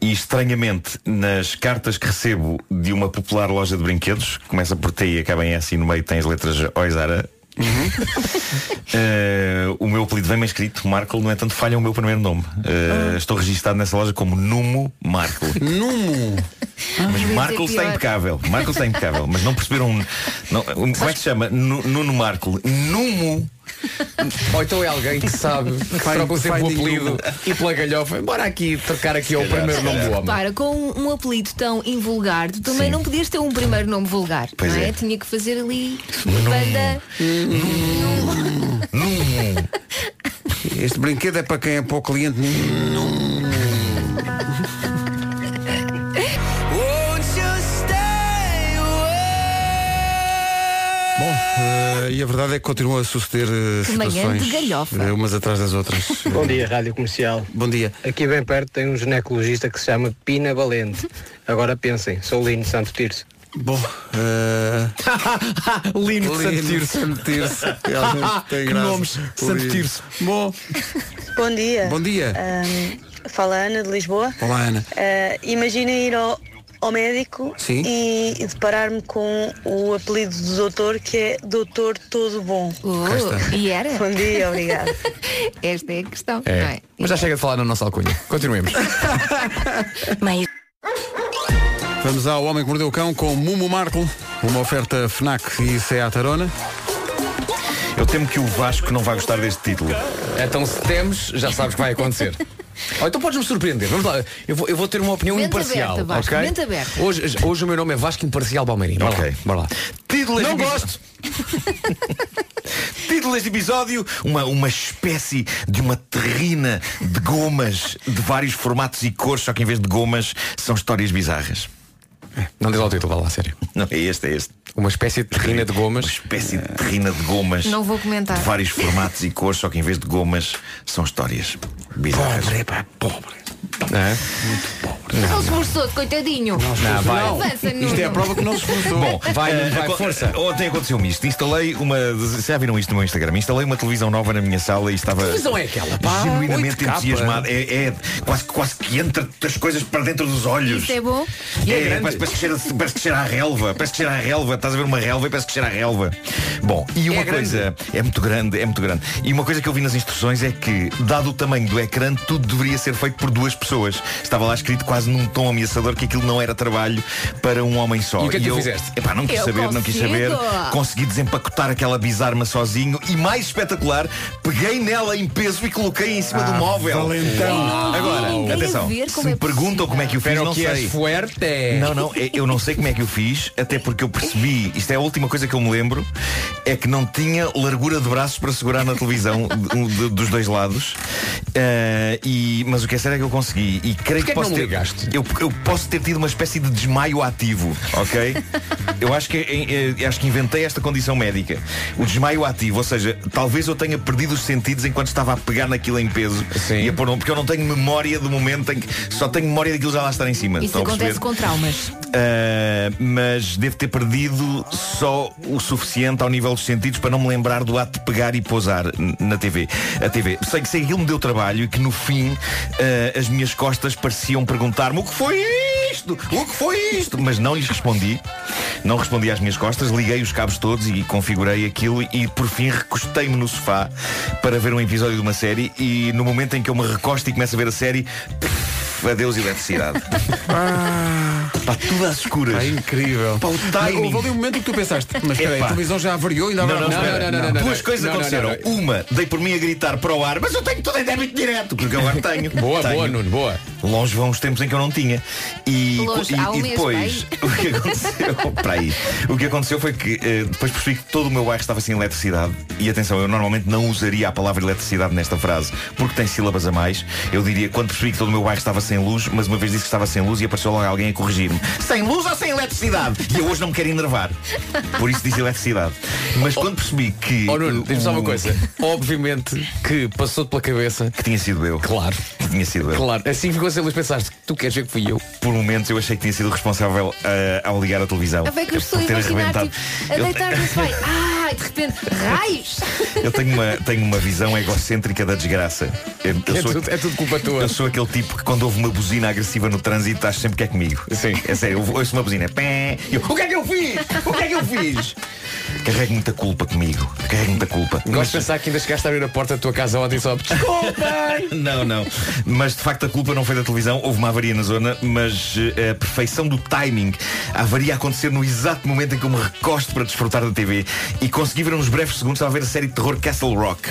P: E estranhamente, nas cartas que recebo de uma popular loja de brinquedos, que começa por T e acaba em S e no meio tem as letras Oizara.
B: Uhum.
P: eh, o meu apelido vem bem escrito, Marco, no entanto falha o meu primeiro nome. Eh,
B: Ah.
P: Estou registado nessa loja como Numo Marco.
B: Numo!
P: Mas
B: devia
P: Marco
B: ser
P: está
B: pior.
P: impecável. Marco está impecável. Mas não perceberam. um- não, um- como é que se chama? Nu- Nuno Marco. Numo.
A: Ou então é alguém que sabe, que
P: Find-
A: troca sempre o
P: finding
A: apelido e pela galhofa. Bora aqui trocar aqui ao
P: calhar,
A: primeiro
P: se
A: nome do homem.
D: Repara, com um, um apelido tão invulgar, tu também não podias ter um primeiro nome vulgar.
A: Pois
D: não é?
A: é.
D: Tinha que fazer ali banda.
P: Numo.
B: Este brinquedo é para quem é pouco cliente. Hum. Bom, eh, e a verdade é que continuam a suceder eh,
D: Que manhã
B: situações
D: de galhofa.
B: eh, umas atrás das outras.
G: Bom dia, Rádio Comercial.
B: Bom dia.
G: Aqui bem perto tem um ginecologista que se chama Pina Valente. Agora pensem, sou Lino Santo Tirso.
B: Bom, eh,
A: Lino
B: de Santo Tirso. Santo Tirso. Ah, Realmente tem
A: Que
B: graça.
A: nomes, Santo
B: Lino.
A: Tirso.
B: Bom,
Q: Bom dia.
B: Bom dia.
Q: Ahm, fala a Ana de Lisboa.
B: olá Ana.
Q: Ah, Imaginem ir ao, ao médico
B: Sim.
Q: e e deparar-me com o apelido do doutor que é Doutor Todo Bom.
D: Cá está. Oh, e era?
B: É.
Q: Bom dia, obrigada.
D: Esta é a questão,
A: É.
D: não é?
A: Mas já chega de falar na nossa alcunha. Continuemos.
B: Vamos ao Homem que Mordeu o Cão com Mumo Marco, uma oferta FNAC e Seat Arona.
P: Eu temo que o Vasco não vai gostar deste título.
A: Então se temes, já sabes o que vai acontecer. Ou então podes-me surpreender. Vamos lá. Eu vou, eu vou ter uma opinião
D: Mente
A: imparcial.
D: aberta, Vasco,
A: ok?
D: mente aberta.
A: Hoje, hoje o meu nome é Vasco Imparcial Balmeirinho. Ok, bora lá.
P: Título Não gosto! Título deste episódio, uma, uma espécie de uma terrina de gomas de vários formatos e cores, só que em vez de gomas são histórias bizarras.
A: Não diz lá o título, vá lá, sério.
P: Não, é este, é este.
A: Uma espécie de terrina de gomas. Uma
P: espécie de terrina de gomas.
D: Não vou comentar.
P: De vários formatos e cores, só que em vez de gomas são histórias bizarras. Pobre,
B: pá, pobre.
A: É?
D: Não se esforçou, coitadinho.
P: Não, vai.
D: Avança, Nuno.
P: Bom, vai,
A: Nuno, vai,
P: vai,
A: força.
P: força. Ontem aconteceu-me isto. Instalei uma. Já viram isto no meu Instagram? Instalei uma televisão nova na minha sala e estava.
A: televisão é aquela, pá?
P: Genuinamente
A: 8K.
P: entusiasmado. É, é quase, quase que entra as coisas para dentro dos olhos.
D: Isso é bom.
P: É, parece, parece que cheira, parece que cheira a relva. Parece que cheira a relva. Estás a ver uma relva e parece que cheira a relva. Bom, e uma
A: É grande.
P: coisa. É muito grande, é muito grande. E uma coisa que eu vi nas instruções é que, dado o tamanho do ecrã, tudo deveria ser feito por duas pessoas. Estava lá escrito quase num tom ameaçador que aquilo não era trabalho para um homem só.
A: E o que é que
P: eu
A: tu fizeste?
P: Epá, não quis
A: Eu
P: saber, não quis
A: consigo.
P: saber. Consegui desempacotar aquela bizarma sozinho e, mais espetacular, peguei nela em peso e coloquei em cima do
A: Ah,
P: móvel.
A: valentão.
P: Agora,
A: Ninguém
P: atenção.
A: vê como
P: Se
A: é
P: me perguntam como é que eu fiz,
A: Pero
P: não
A: que és
P: sei.
A: fuerte.
P: Não, não, é- eu não sei como é que eu fiz, até porque eu percebi, isto é a última coisa que eu me lembro, é que não tinha largura de braços para segurar na televisão de- um, de- dos dois lados. Eh, e, mas o que é sério é que eu consegui. E creio
A: Porquê que
P: que posso
A: não
P: ter. Eu, eu posso ter tido uma espécie de desmaio ativo, ok? eu acho que, eh, eh, acho que inventei esta condição médica. O desmaio ativo, ou seja, talvez eu tenha perdido os sentidos enquanto estava a pegar naquilo em peso e a pôr no- porque eu não tenho memória do momento em que. Só tenho memória daquilo já lá estar em cima.
D: Isso
P: Estão a
D: acontece
P: perceber?
D: com traumas.
P: Uh, mas devo ter perdido só o suficiente ao nível dos sentidos para não me lembrar do ato de pegar e pousar n- na TV. A TV. Sei que sei que aquilo me deu trabalho e que no fim uh, as minhas costas pareciam perguntar-me o que foi isto? O que foi isto? Mas não lhes respondi. Não respondi às minhas costas, liguei os cabos todos e configurei aquilo e por fim recostei-me no sofá para ver um episódio de uma série e no momento em que eu me recosto e começo a ver a série, pff, adeus eletricidade.
B: Ah.
P: Pá, tudo às escuras.
B: Pá, É incrível.
P: Pá, o timing.
B: Houve ali um momento em que tu pensaste, mas espera aí, a
P: Epá.
B: televisão já avariou e ainda
P: Não,
B: agora
P: não,
B: não,
P: espera.
B: não, não, não,
P: Duas
B: não.
P: coisas
B: Não, não,
P: aconteceram.
B: não.
P: Uma, dei por mim a gritar para o ar, mas eu tenho tudo em débito direto, porque eu agora tenho.
A: Boa,
P: Tenho.
A: boa, Nuno, boa.
P: Longe vão os tempos em que eu não tinha. E,
A: Longe,
P: e-
A: há um
P: e
A: mês,
P: depois, o que aconteceu, para aí, o que aconteceu foi que eh, depois percebi que todo o meu bairro estava sem eletricidade. E atenção, eu normalmente não usaria a palavra eletricidade nesta frase, porque tem sílabas a mais. Eu diria, quando percebi que todo o meu bairro estava sem luz, mas uma vez disse que estava sem luz e apareceu logo alguém a corrigir-me. Sem luz ou sem eletricidade? E eu hoje não me quero enervar. Por isso diz eletricidade. Mas quando percebi que.
A: Oh Nuno,
P: o-
A: diz-me só uma coisa. Obviamente que passou-te pela cabeça.
P: Que tinha sido eu.
A: Claro.
P: Que tinha sido eu.
A: Claro. Assim que ficou sem luz pensaste, tu queres ver que fui eu.
P: Por momentos eu achei que tinha sido responsável eh, ao ligar a televisão.
D: A ver que eu estou
P: por
D: a
P: ter
D: imaginar,
P: arrebentado.
D: tipo, a
P: Eu-
D: deitar-me no sofá e, Ai, de repente, raios!
P: Eu tenho uma, tenho uma visão egocêntrica da desgraça. Eu, eu
A: É
P: sou,
A: tudo- é tudo culpa tua.
P: Eu sou aquele tipo que quando houve uma buzina agressiva no trânsito, estás sempre que é comigo. Sim. É sério, eu ouço uma buzina. é Pé, e eu, o que é que eu fiz? O que é que eu fiz? Carrego muita culpa comigo. Carrego muita culpa.
A: Gosto de pensar que ainda chegaste a abrir a porta da tua casa ontem só.
P: não, não. Mas de facto a culpa não foi da televisão, houve uma avaria na zona, mas eh, a perfeição do timing, a avaria a acontecer no exato momento em que eu me recosto para desfrutar da TV e consegui ver uns breves segundos estava a ver a série de terror Castle Rock.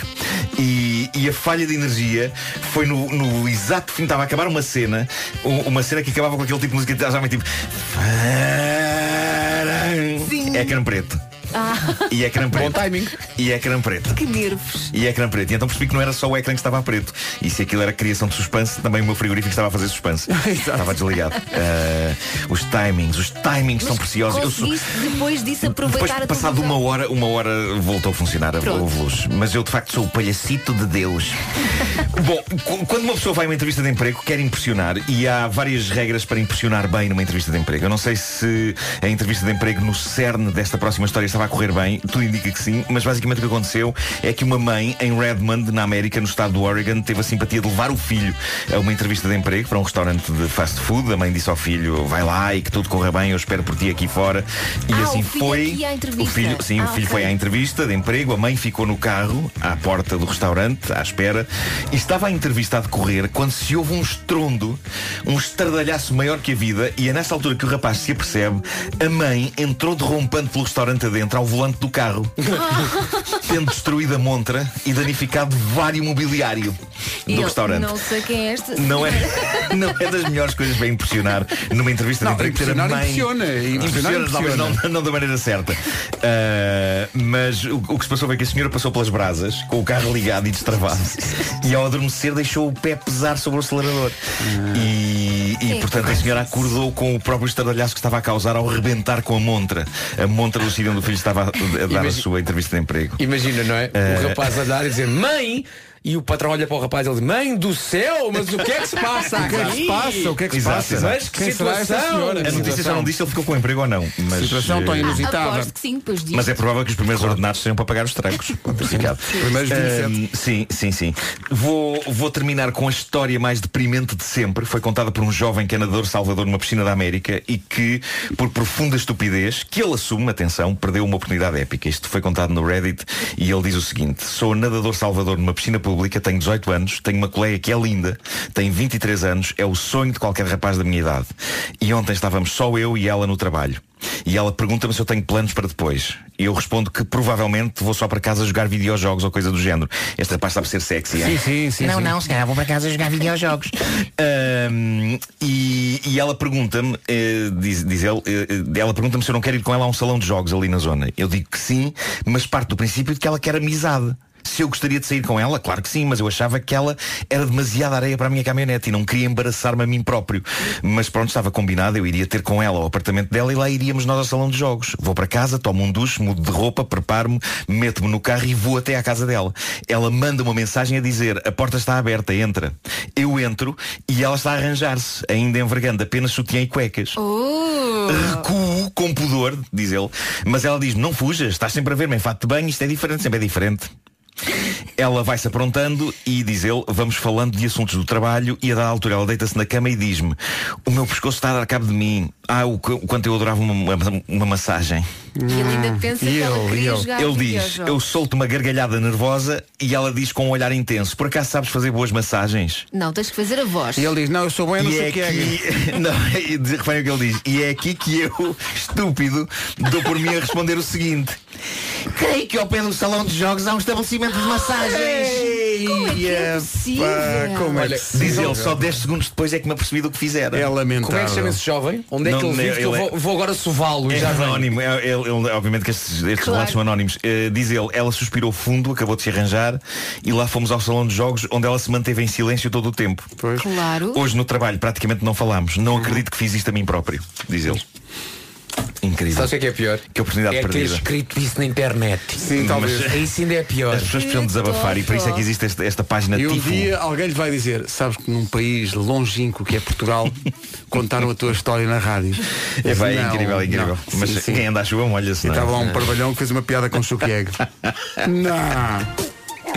P: E, e a falha de energia foi no, no exato fim, estava a acabar uma cena, um- uma cena que acabava com aquele tipo de música que estava já tipo. É creme preto.
D: Ah,
P: E é creme preto. Bom timing. E é creme preto.
D: que nervos.
P: E ecrã preto. E então percebi que não era só o ecrã que estava a preto. E se aquilo era criação de suspense, também o meu frigorífico estava a fazer suspense. estava desligado. Ah, os timings, os timings são preciosos. Eu sou-
D: Conseguiste depois disso
P: Depois
D: aproveitar
P: de
D: a
P: passado uma hora, uma hora voltou a funcionar a
D: Pronto.
P: luz. Mas eu de facto sou o palhacito de Deus. Bom, qu- quando uma pessoa vai a uma entrevista de emprego, quer impressionar e há várias regras para impressionar bem numa entrevista de emprego. Eu não sei se a entrevista de emprego no cerne desta próxima história estava a correr bem, tudo indica que sim, mas basicamente o que aconteceu é que uma mãe em Redmond, na América, no estado do Oregon, teve a simpatia de levar o filho a uma entrevista de emprego para um restaurante de fast food. A mãe disse ao filho, vai lá e que tudo corra bem, eu espero por ti aqui fora. E
D: Ah,
P: assim
D: o filho
P: foi.
D: aqui à entrevista.
P: O filho, sim,
D: Ah,
P: o filho
D: ok.
P: foi à entrevista de emprego, a mãe ficou no carro, Ah. à porta do restaurante, à espera, e estava a entrevista a decorrer quando se ouve um estrondo, um estardalhaço maior que a vida, e é nessa altura que o rapaz se apercebe, a mãe entrou derrompante pelo restaurante adentro dentro ao volante do carro, tendo destruído a montra e danificado vário mobiliário do
D: Eu
P: restaurante.
D: Não sei quem é este.
P: Não é, não é das melhores coisas para impressionar numa entrevista
B: Não,
P: de emprego ter a
B: impressionar,
P: mãe.
B: impressiona. Impressionar,
P: Impressiona, talvez
B: impressiona.
P: Não, não da maneira certa. Ah, mas o, o que se passou foi que a senhora passou pelas brasas, com o carro ligado e destravado, e ao adormecer deixou o pé pesar sobre o acelerador.
B: Ah.
P: E, e,
E: Que
P: portanto a senhora acordou com o próprio estardalhaço que estava a causar ao rebentar com a montra. A montra do sítio onde o filho estava a, a dar a
A: Imagina-
P: sua entrevista de emprego.
A: Imagina, não é? O
P: Eh.
A: rapaz a dar e dizer mãe e o patrão olha para o rapaz e ele diz mãe do céu, mas o que é que se passa
P: O que é que se
A: aqui?"
P: passa? O que é que se
A: Exato,
P: passa?
A: exato. Mas que
P: Quem será essa
A: situação!
P: senhora? A notícia já não diz se ele ficou com emprego ou não. Mas,
B: Situação tão
P: eh,
B: inusitada.
D: Ah, Aposto que sim, depois disso.
P: Mas é provável que os primeiros ordenados sejam para pagar os trancos. Pode ter ficado.
B: Primeiros
P: Ahm,
B: 27.
P: sim, sim, sim. Vou, vou terminar com a história mais deprimente de sempre. Foi contada por um jovem que é nadador salvador numa piscina da América e que, por profunda estupidez, que ele assume, atenção, perdeu uma oportunidade épica. Isto foi contado no Reddit e ele diz o seguinte. Sou nadador salvador numa piscina pública, tenho 18 anos, tenho uma colega que é linda, tem 23 anos, é o sonho de qualquer rapaz da minha idade. E ontem estávamos só eu e ela no trabalho. E ela pergunta-me se eu tenho planos para depois. E eu respondo que provavelmente vou só para casa jogar videojogos ou coisa do género. Este rapaz sabe ser sexy, hein?
R: Não, não, se calhar vou para casa jogar videojogos.
P: Ahm, e, e ela pergunta-me, eh, diz, diz ele, eh, ela pergunta-me se eu não quero ir com ela a um salão de jogos ali na zona. Eu digo que sim, mas parte do princípio de que ela quer amizade. Se eu gostaria de sair com ela, claro que sim, mas eu achava que ela era demasiada areia para a minha caminhonete e não queria embaraçar-me a mim próprio. Mas pronto, estava combinado, eu iria ter com ela ao apartamento dela e lá iríamos nós ao salão de jogos. Vou para casa, tomo um duche, mudo de roupa, preparo-me, meto-me no carro e vou até à casa dela. Ela manda uma mensagem a dizer, a porta está aberta, entra. Eu entro e ela está a arranjar-se, ainda envergando apenas sutiã e cuecas. Recuo com pudor, diz ele, mas ela diz, não fujas, estás sempre a ver-me em fato de banho, isto é diferente, sempre é diferente. Ela vai-se aprontando e diz ele, vamos falando de assuntos do trabalho e a dada altura ela deita-se na cama e diz-me, o meu pescoço está a dar cabo de mim. Ah, o, qu- o quanto eu adorava uma, uma- uma massagem.
D: E ele ainda pensa que ela queria jogar
P: Ele diz,
D: videojogos.
P: eu solto uma gargalhada nervosa e ela diz com um olhar intenso, por acaso sabes fazer boas massagens?
D: Não, tens que fazer a voz.
P: diz, não, eu sou bom,
D: eu não sei
P: é
D: o que é.
P: aqui- Não, e diz- reparem o que ele diz. E é aqui que eu, estúpido, dou por mim a responder o seguinte. Creio que ao pé do salão de jogos há um estabelecimento de massagens. Como é que é
B: possível? como é que é
P: Diz
B: possível?
P: ele, só 10 segundos depois é que me apercebi do que fizeram.
B: É lamentável.
A: Como é que se chama esse jovem? Onde é que ele vive? Que eu vou- vou agora sová-lo e
P: É
A: já venho.
P: anónimo. É- ele- ele- obviamente que estes, estes
A: Claro.
P: relatos são anónimos. Eh, diz ele, ela suspirou fundo, acabou de se arranjar e lá fomos ao salão de jogos onde ela se manteve em silêncio todo o tempo.
D: Claro.
P: Hoje no trabalho praticamente não falámos. Não acredito que fiz isto a mim próprio, diz ele. Incrível.
A: Sabes o que é que é pior?
P: Que oportunidade
A: é ter
P: perdida.
A: escrito isso na internet.
P: Sim, talvez.
A: Mas Isso ainda é pior.
P: As pessoas precisam desabafar e por isso é que existe esta, esta página
B: E um
P: Tifo.
B: dia alguém lhe vai dizer, sabes que num país longínquo que é Portugal, contaram a tua história na rádio.
P: É, vai, é
B: Não,
P: incrível, é incrível.
B: não.
P: Mas
B: Sim, sim.
P: quem anda à chuva molha-se.
B: E
P: não é?
B: estava lá um parvalhão que fez uma piada com Chuquieg. não.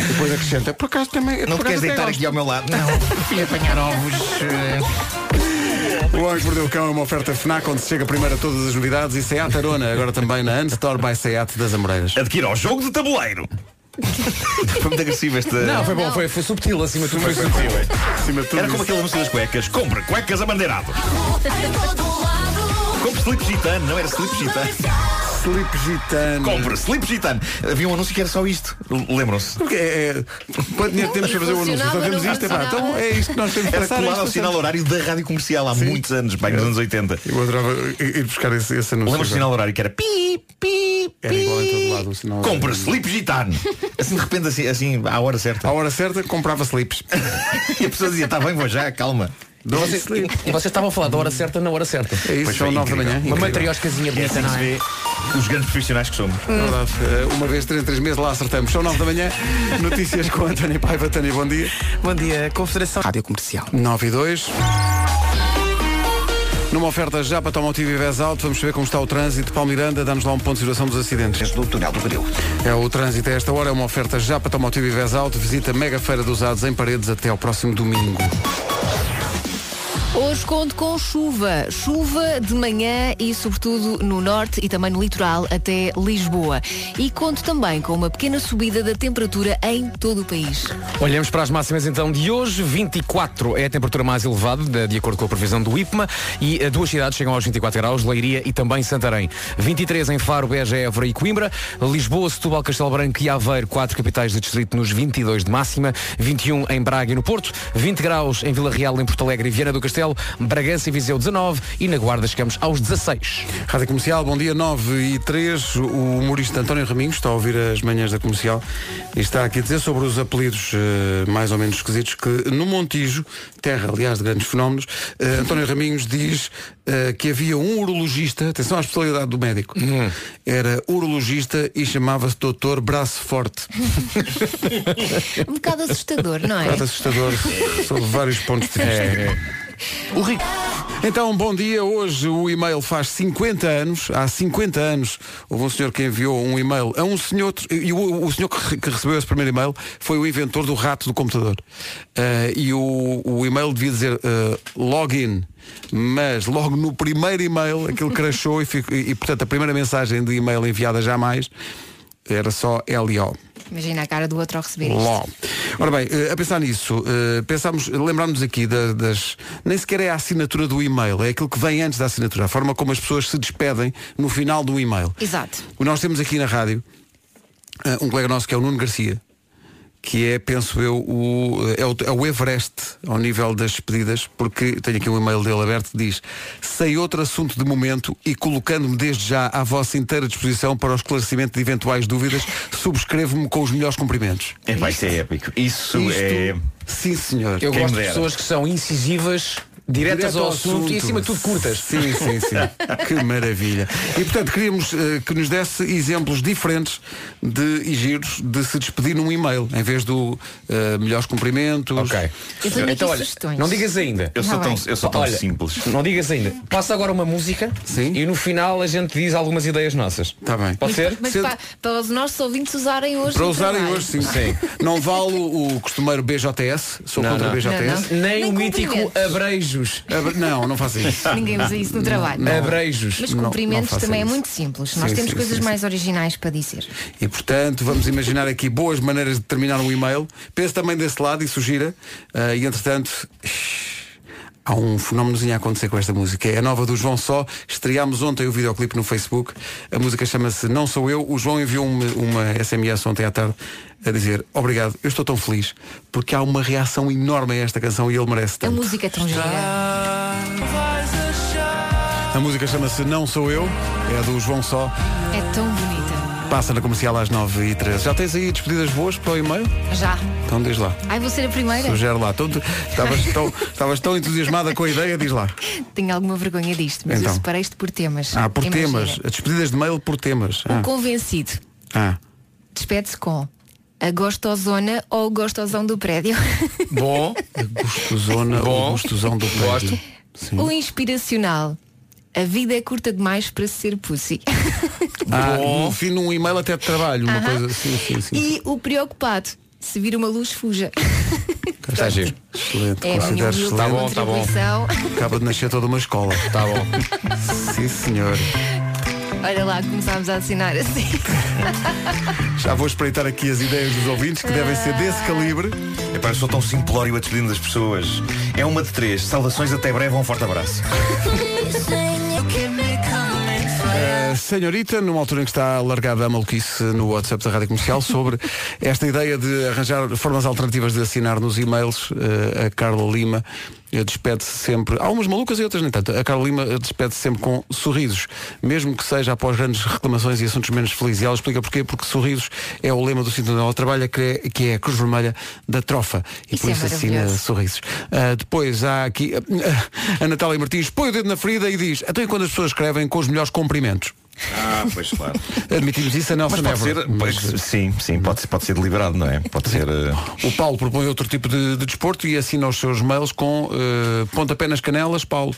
B: Depois acrescenta, por acaso também.
P: Não te
B: por
P: queres
B: acaso é até
P: deitar
B: gosto."
P: aqui ao meu lado? Não. Fui apanhar ovos.
B: O Homem que Mordeu o Cão é uma oferta FNAC onde se chega primeiro a todas as novidades e Seat Arona, agora também na Unstore by Seat das Amoreiras.
P: Adquira ao jogo de tabuleiro. Foi muito agressivo este.
A: Não, foi bom, foi, foi subtil acima de tudo. Foi subtil.
B: Acima de
P: Era como aquela música das cuecas. Compre cuecas abandeirado. Compre slip gitano, não era slip gitano.
B: Slip gitano.
P: Compre slip gitano. Havia um anúncio que era só isto. L- Lembram-se?
B: Porque é, é, quanto dinheiro temos para fazer o anúncio? Só temos isto, é pá, então é isto que nós temos que
P: Era
B: passar. é
P: colado
B: isto
P: ao
B: que
P: sinal
B: passamos.
P: horário da rádio comercial há muitos anos, bem nos anos 80.
B: Eu adorava ir buscar esse, esse anúncio.
P: Lembras do sinal horário que era pi? pi,
B: Era igual em todo lado o sinal horário.
P: Compra slip gitano. Assim de repente, assim, assim à hora certa. À
B: hora certa comprava slips.
P: e a pessoa dizia, está bem, vou já, calma.
A: E vocês, e vocês estavam a falar da hora certa na hora certa.
B: É isso,
P: Pois
B: são
P: foi,
B: nove da
P: incrível.
B: manhã.
A: Uma
B: incrível.
A: matrioscazinha bonita,
B: assim que
A: não
B: se
A: é?
P: vê Os grandes profissionais que somos.
B: Verdade. Eh, Uma vez, três, em três meses, lá acertamos. São nove da manhã. Notícias com António Paiva. Tânia, bom dia. Bom dia. Confederação Rádio Comercial. 9 e 2. Numa oferta já para Tomotivo e Vez Alto, vamos saber como está o trânsito. Paulo Miranda, dá-nos lá um ponto de situação dos acidentes.
C: Do túnel do Grilo.
B: É o trânsito a esta hora, é uma oferta já para Tomotivo e Vez Alto. Visita a Mega Feira dos Usados em Paredes até ao próximo domingo.
D: Hoje conto com chuva. Chuva de manhã e, sobretudo, no norte e também no litoral até Lisboa. E conto também com uma pequena subida da temperatura em todo o país.
A: Olhamos para as máximas então de hoje. 24 é a temperatura mais elevada, de, de acordo com a previsão do IPMA, e eh, duas cidades chegam aos 24 graus, Leiria e também Santarém. 23 em Faro, Beja, Évora e Coimbra. Lisboa, Setúbal, Castelo Branco e Aveiro, quatro capitais de distrito nos 22 de máxima. 21 em Braga e no Porto. 20 graus em Vila Real, em Porto Alegre e Viana do Castelo. Bragança e Viseu 19 e na Guarda chegamos aos 16.
B: Rádio Comercial, bom dia 9 e 3. O humorista António Raminhos está a ouvir as manhãs da comercial e está aqui a dizer sobre os apelidos eh, mais ou menos esquisitos que no Montijo, terra aliás de grandes fenómenos, eh, António Raminhos diz eh, que havia um urologista, atenção à especialidade do médico, era urologista e chamava-se Doutor Braço Forte.
D: Um bocado assustador, não é?
B: Bocado assustador sob vários pontos de vista. É. O rico. Então, bom dia. Hoje o e-mail faz 50 anos. Há 50 anos houve um senhor que enviou um e-mail a um senhor. E o, o senhor que, re- que recebeu esse primeiro e-mail foi o inventor do rato do computador. Eh, e o, o e-mail devia dizer eh, login. Mas logo no primeiro e-mail aquilo crashou e, ficou- e, e, portanto a primeira mensagem de e-mail enviada jamais era só LO.
D: Imagina a cara do outro ao receber É isto.
B: Ló. Ora bem, eh, a pensar nisso, eh, pensámos, lembrámos aqui da- das. Nem sequer é a assinatura do e-mail, é aquilo que vem antes da assinatura, a forma como as pessoas se despedem no final do e-mail.
D: Exato.
B: Nós temos aqui na rádio eh, um colega nosso que é o Nuno Garcia, que é, penso eu, o, é o, é o Everest ao nível das despedidas, porque tenho aqui um e-mail dele aberto que diz sem outro assunto de momento e colocando-me desde já à vossa inteira disposição para o esclarecimento de eventuais dúvidas, subscrevo-me com os melhores cumprimentos.
P: É, vai ser épico. Isso
B: Isto-
P: é.
B: Sim, senhor.
A: Eu
P: Quem
A: gosto
P: me
A: de
P: dera.
A: pessoas que são incisivas, diretas
B: Direto
A: ao, assunto, e acima de tudo curtas.
B: Sim, sim, sim. que maravilha. E portanto queríamos eh, que nos desse exemplos diferentes de e giros de se despedir num e-mail, em vez do eh, melhores cumprimentos. Ok.
A: Eu tenho aqui Então, olha, sugestões. não digas ainda. Eu sou Tá tão- bem. eu sou tão Olha, simples. Não digas ainda. Passa agora uma música e no final a gente diz algumas ideias nossas.
P: Tá
B: Está bem.
A: Pode ser?
D: Mas para, para os nossos ouvintes usarem hoje.
B: Para
D: no
B: usarem
D: trabalho.
B: hoje, sim. Não vale o o costumeiro BJS, sou
A: Não,
B: contra
A: não.
B: BJS.
A: Não, não. Nem Nem o mítico cumprimentos.
B: Abreijos. Não, não faço isso.
D: Ninguém usa isso no trabalho.
B: Não, não. Abreijos.
D: Mas
B: Não, não
D: cumprimentos
B: façam
D: também
B: isso.
D: é muito simples. Nós
B: Sim,
D: temos
B: sim,
D: coisas
B: sim,
D: mais originais para dizer.
B: E portanto, vamos imaginar aqui boas maneiras de terminar um e-mail. Pense também desse lado e sugira. Ah, e entretanto, há um fenómenozinho a acontecer com esta música. É a nova do João Só. Estreámos ontem o videoclipe no Facebook. A música chama-se Não Sou Eu. O João enviou-me uma SMS ontem à tarde a dizer obrigado, eu estou tão feliz porque há uma reação enorme a esta canção e ele merece
D: A
B: tanto.
D: música é tão gira.
B: A música chama-se Não Sou Eu. É a do João Só.
D: É tão bonita.
B: Passa na comercial às 9h13. Já tens aí despedidas boas para o e-mail?
D: Já.
B: Então diz lá.
D: Ai, vou ser a primeira?
B: Sugere lá. Então, tu- estavas, tão, estavas tão entusiasmada com a ideia, diz lá.
D: Tenho alguma vergonha disto, mas
B: Então.
D: eu separei isto por temas.
B: Ah, por
D: Imagina.
B: temas. As despedidas de mail por temas.
D: O
B: Ah.
D: convencido
B: Ah.
D: despede-se com a gostosona ou o gostosão do prédio.
A: Bom.
B: Gostosona ou gostosão do prédio.
D: O inspiracional. A vida é curta demais para ser pussy.
B: Ah, no fim de um e-mail até de trabalho. Uma
D: Aham.
B: coisa assim, sim, sim.
D: E o preocupado. Se vir uma luz, fuja.
B: Está giro. Excelente.
D: É a minha
B: Considero
D: humilde
P: Tá
B: excelente.
D: contribuição.
B: Acaba de nascer toda uma escola. Está bom. Sim, senhor.
D: Olha lá, começámos a assinar assim.
B: Já vou espreitar aqui as ideias dos ouvintes que devem ser desse calibre.
P: É para sou tão simplório a despedindo das pessoas. É uma de três. Saudações até breve, um forte abraço.
B: Uh, senhorita, numa altura em que está largada a maluquice no WhatsApp da Rádio Comercial sobre esta ideia de arranjar formas alternativas de assinar nos e-mails, uh, a Carla Lima uh, despede-se sempre, há umas malucas e outras nem tanto, a Carla Lima uh, despede-se sempre com sorrisos, mesmo que seja após grandes reclamações e assuntos menos felizes. E ela explica porquê, porque sorrisos é o lema do sítio onde ela trabalha, que é, que é a Cruz Vermelha da Trofa. E
D: Isso
B: por
D: é
B: isso assina
D: maravilhoso.
B: sorrisos. Ah, depois há aqui ah, a Natália Martins põe o dedo na ferida e diz, até quando as pessoas escrevem com os melhores cumprimentos.
P: Ah, pois claro.
B: Admitimos isso a Nelson
P: Mas pode
B: Évora.
P: ser, pois, sim, sim, pode ser, pode ser deliberado, não é? Pode ser. eh,
B: O Paulo propõe outro ah, tipo de, de desporto e assina os seus mails com eh, pontapé nas canelas, Paulo.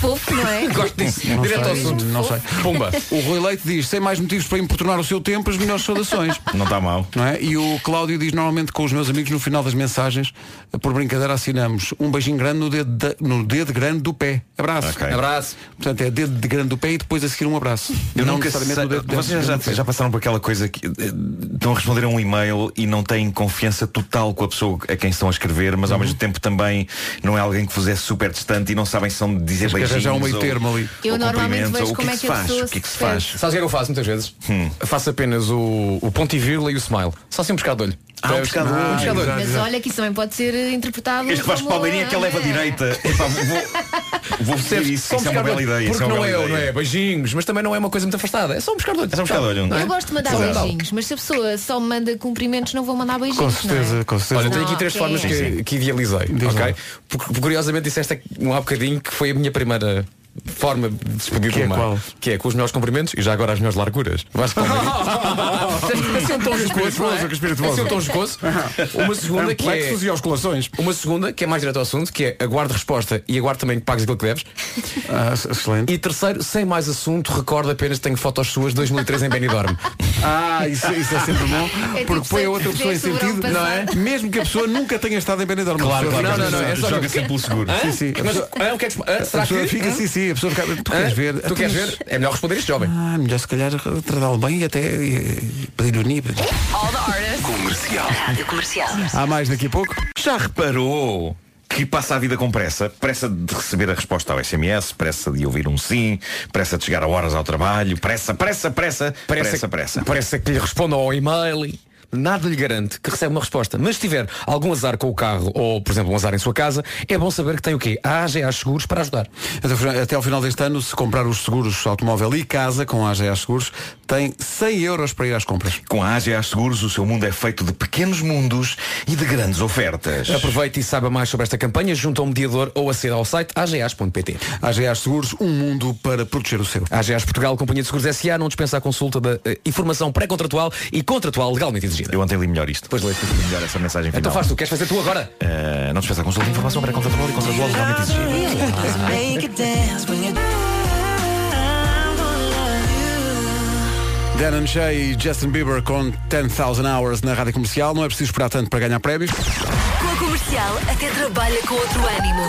D: fofo, não é?
A: Gosto disso.
B: Não
A: Direto
B: sei,
A: ao assunto.
B: Não sei.
A: Pumba.
B: O Rui Leite diz, sem mais motivos para importunar o seu tempo, as melhores saudações.
P: Não está mal.
B: Não é? E o Cláudio diz normalmente com os meus amigos no final das mensagens, por brincadeira assinamos um beijinho grande no dedo, da- no dedo grande do pé. Abraço.
A: Abraço.
B: Portanto, é dedo de grande do pé e depois a seguir um abraço.
P: Eu
B: não
P: nunca
B: necessariamente
P: sei-
B: no dedo grande
P: Vocês já,
B: do pé.
P: já passaram por aquela coisa que eh, estão a responder a um e-mail e não têm confiança total com a pessoa a quem estão a escrever, mas ao
B: Uhum.
P: mesmo tempo também não é alguém que vos é super distante e não sabem se vão dizer
B: Tens que
P: beijinhos.
B: arranjar um meio
P: ou-
B: termo ali.
D: Eu
P: ou
D: normalmente
P: cumprimentos,
D: vejo
P: ou o
D: como é
P: se
D: que a
P: faz?
D: pessoa
P: O que é que se
D: se
P: faz?
A: Sabes o que é que eu faço muitas vezes?
P: Hum.
A: Faço apenas o, o ponto e vírgula e o smile. Só assim um pescado de olho.
P: Ah, um pescado de olho.
A: Um pescado de olho.
D: Mas olha que isso também pode ser interpretado.
P: Este Vasco
D: como-
P: Palmeirinha que
D: é.
P: leva a direita. Epá, vou- vou fazer isso,
A: Só um
P: isso é uma
A: pescado de
P: bela
A: olho.
P: ideia. isso
A: Porque
P: é uma
A: não é,
P: bela
A: não
P: ideia.
A: é beijinhos, mas também não é uma coisa muito afastada. É só um pescado de olho.
P: É só um pescado de olho.
D: Eu gosto de mandar
A: Saudável.
D: beijinhos, mas se a pessoa só me manda cumprimentos, não vou mandar beijinhos. não é?
A: Olha, tenho Ah, aqui
D: Não,
A: três
D: ok.
A: formas que, é. que idealizei, ok? Porque, curiosamente disseste um há bocadinho que foi a minha primeira forma de despedir
B: Que
A: do
B: é
A: mar.
B: qual?
A: Que é com os melhores cumprimentos e já agora as melhores larguras. Vais para o meio. Assim um tom jocoso, não é?
B: Espirituoso.
A: Assim um tom jocoso. Uma segunda que é...
B: Amplexos e
A: osculações. Uma segunda que é mais direto ao assunto, que é aguardo resposta e aguardo também que pagues aquilo que deves.
B: excelente.
A: E terceiro, sem mais assunto, recordo apenas que tenho fotos suas de 2003 em Benidorm.
B: Ah, isso, isso é sempre bom,
A: É tipo
B: porque põe a outra
A: sempre
B: pessoa em
A: desse verão
B: sentido, não é? Mesmo que a pessoa nunca tenha estado em Benidorm.
A: Claro,
B: A pessoa
A: claro,
B: fica assim,
A: não, não, não, é
B: pensando.
A: só- Joga sempre pelo seguro.
B: Sim, sim. A
A: Mas,
B: pessoa-
A: ah, o que é que- ah,
B: a
A: será
B: pessoa
A: que-
B: fica
A: ah?
B: assim, sim, a pessoa fica. Tu queres
A: Ah?
B: ver? Então,
A: Tu queres ver? É melhor responder este jovem.
B: Ah, melhor se calhar tratá-lo bem e até eh, pedir o nível.
P: Comercial.
F: Rádio comercial.
B: Há mais daqui a pouco?
P: Já reparou que passa a vida com pressa? Pressa de receber a resposta ao SMS, pressa de ouvir um sim, pressa de chegar a horas ao trabalho, pressa, pressa, pressa, pressa, pressa.
A: Parece que lhe respondam ao e-mail e nada lhe garante que recebe uma resposta. Mas se tiver algum azar com o carro ou, por exemplo, um azar em sua casa, é bom saber que tem o quê? A AGA Seguros para ajudar.
B: Até- Até ao final deste ano, se comprar os seguros automóvel e casa com a AGA Seguros, tem 100 euros para ir às compras.
P: Com a AGA Seguros, o seu mundo é feito de pequenos mundos e de grandes ofertas.
A: Aproveite e saiba mais sobre esta campanha junto ao mediador ou aceda ao site agas.pt.
B: AGA Seguros, um mundo para proteger o seu.
A: AGAs Portugal, Companhia de Seguros SA, não dispensa a consulta da eh, informação pré-contratual e contratual legalmente exigida.
P: Eu ontem li melhor isto.
A: Depois leio
P: melhor essa mensagem final.
A: Então faz tu, queres fazer tu agora?
P: Eh, não dispensa a consulta de informação para contratual e contratual legalmente
B: Dan Shea e Justin Bieber com 10,000 Hours na rádio comercial. Não é preciso esperar tanto para ganhar prémios.
F: Com a comercial, até trabalha com outro ânimo.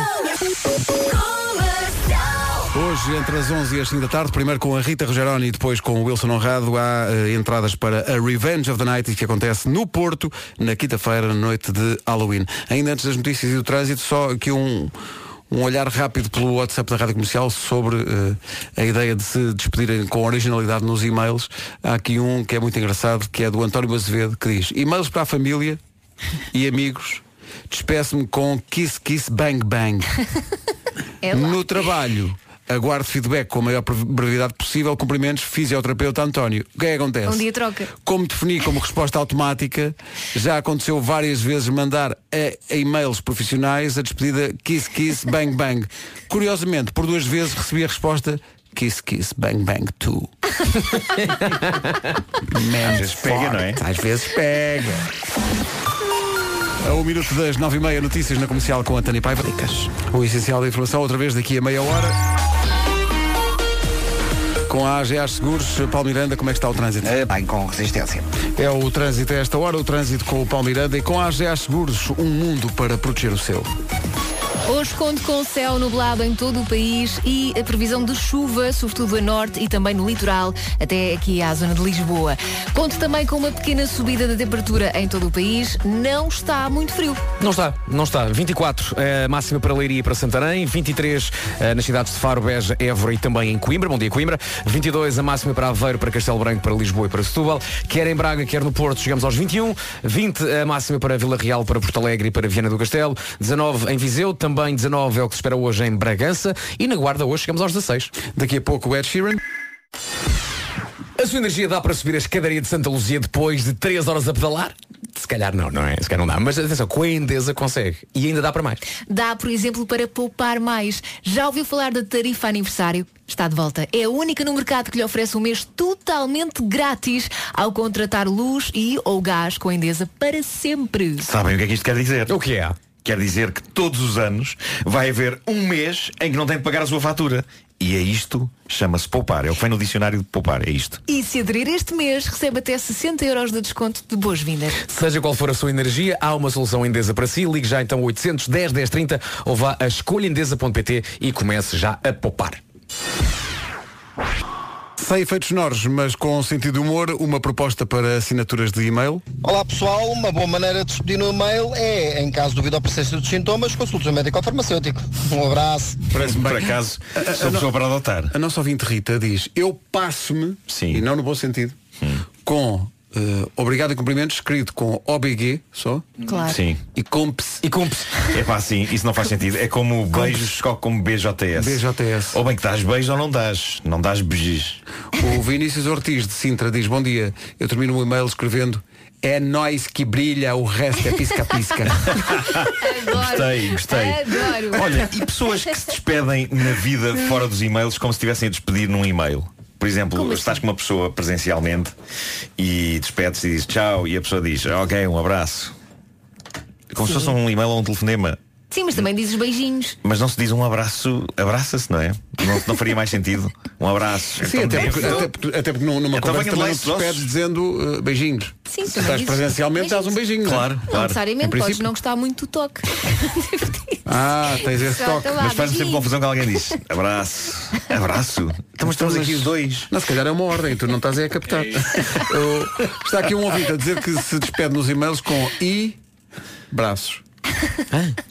B: Hoje, entre as 11 e as 5 da tarde, primeiro com a Rita Rogeroni e depois com o Wilson Honrado, há eh, entradas para a Revenge of the Night, que acontece no Porto, na quinta-feira, na noite de Halloween. Ainda antes das notícias e do trânsito, só aqui um, um olhar rápido pelo WhatsApp da Rádio Comercial sobre eh, a ideia de se despedirem com originalidade nos e-mails. Há aqui um que é muito engraçado, que é do António Azevedo, que diz e-mails para a família e amigos, despeço-me com kiss, kiss, bang, bang.
D: É lá.
B: No trabalho, aguardo feedback com a maior brev- brevidade possível. Cumprimentos, fisioterapeuta António. O que é que acontece?
D: Um dia troca.
B: Como defini como resposta automática, já aconteceu várias vezes mandar a, a e-mails profissionais a despedida kiss kiss bang bang. Curiosamente, por duas vezes recebi a resposta kiss kiss bang bang tu. Às vezes
P: pega, não é?
B: Às vezes pega. A um minuto das nove e meia, notícias na comercial com a Tânia Paiva. Dicas. O essencial da informação, outra vez daqui a meia hora. Com a AGA Seguros, Paulo Miranda, como é que está o trânsito?
C: bem, com resistência.
B: É o trânsito a esta hora, o trânsito com o Paulo Miranda e com a AGA Seguros, um mundo para proteger o seu.
D: Hoje conto com o céu nublado em todo o país e a previsão de chuva, sobretudo a norte e também no litoral, até aqui à zona de Lisboa. Conto também com uma pequena subida da temperatura em todo o país. Não está muito frio.
A: Não está, não está. 24 eh, máxima para Leiria e para Santarém, 23 eh, nas cidades de Faro, Beja, Évora e também em Coimbra. Bom dia, Coimbra. 22 a máxima para Aveiro, para Castelo Branco, para Lisboa e para Setúbal. Quer em Braga, quer no Porto, chegamos aos 21. 20 a máxima para Vila Real, para Porto Alegre e para Viana do Castelo. 19 em Viseu, também 19 é o que se espera hoje em Bragança e na Guarda hoje chegamos aos 16.
B: Daqui a pouco o Ed Sheeran.
A: A sua energia dá para subir a escadaria de Santa Luzia depois de 3 horas a pedalar? Se calhar não, não é? Se calhar não dá. Mas atenção, com a Endesa consegue. E ainda dá para mais.
D: Dá, por exemplo, para poupar mais. Já ouviu falar da tarifa aniversário? Está de volta. É a única no mercado que lhe oferece um mês totalmente grátis ao contratar luz e ou gás com a Endesa para sempre.
P: Sabem o que é que isto quer dizer? O
A: que é?
P: Quer dizer que todos os anos vai haver um mês em que não tem de pagar a sua fatura. E é isto, chama-se poupar. É o que vem no dicionário de poupar, é isto.
D: E se aderir este mês, recebe até 60 euros de desconto de boas-vindas.
A: Seja qual for a sua energia, há uma solução Endesa para si. Ligue já então 810 1030 ou vá a escolhaendesa.pt e comece já a poupar.
B: Sem efeitos sonoros, mas com sentido de humor, uma proposta para assinaturas de e-mail.
S: Olá pessoal, uma boa maneira de despedir no e-mail é, em caso de dúvida ou persistência dos sintomas, consulte o médico ou farmacêutico. Um abraço.
P: Parece-me Ah, Por acaso, sou pessoa para adotar.
B: A nossa ouvinte Rita diz, eu passo-me, e não no bom sentido,
A: Hum.
B: com eh, obrigado e cumprimentos, escrito com OBG só.
P: Claro. Sim.
B: E comps.
A: E comps.
P: É pá, sim, isso não faz sentido. É como beijos, só como BJS.
B: BJS.
P: Ou bem que dás beijo ou não dás. Não dás beijos.
B: O Vinícius Ortiz de Sintra diz, bom dia, eu termino o e-mail escrevendo, é nós que brilha, o resto é pisca-pisca.
P: Gostei, gostei.
B: Adoro.
P: Olha, e pessoas que se despedem na vida fora dos e-mails como se estivessem a despedir num e-mail. Por exemplo,
B: assim?
P: estás com uma pessoa presencialmente e despedes e dizes tchau e a pessoa diz ok, um abraço. Como se
D: Sim.
P: fosse um e-mail ou um telefonema.
D: Sim, mas também dizes beijinhos.
P: Mas não se diz um abraço, abraça-se, não é? Não, não faria mais sentido. Um abraço.
B: Sim, até porque, até, porque- até porque num- numa
P: Então
B: conversa
P: venham lá
B: também não
P: esses
B: te despedes dizendo eh, beijinhos.
D: Sim,
B: Se
D: também
B: estás
D: dizes
B: presencialmente, dás um beijinho.
P: Claro, É
D: Não necessariamente,
B: Em
D: podes
B: princípio-
D: não gostar muito do toque.
B: Ah, tens esse
D: Exato,
B: toque.
D: lá,
P: Mas faz sempre
D: beijinho.
P: confusão que alguém diz abraço, abraço. Então, mas estamos aqui os dois.
B: Não, se calhar é uma ordem, tu não estás aí a
P: É
B: captar. Eu- está aqui um ouvinte a dizer que se despede nos e-mails com I braços.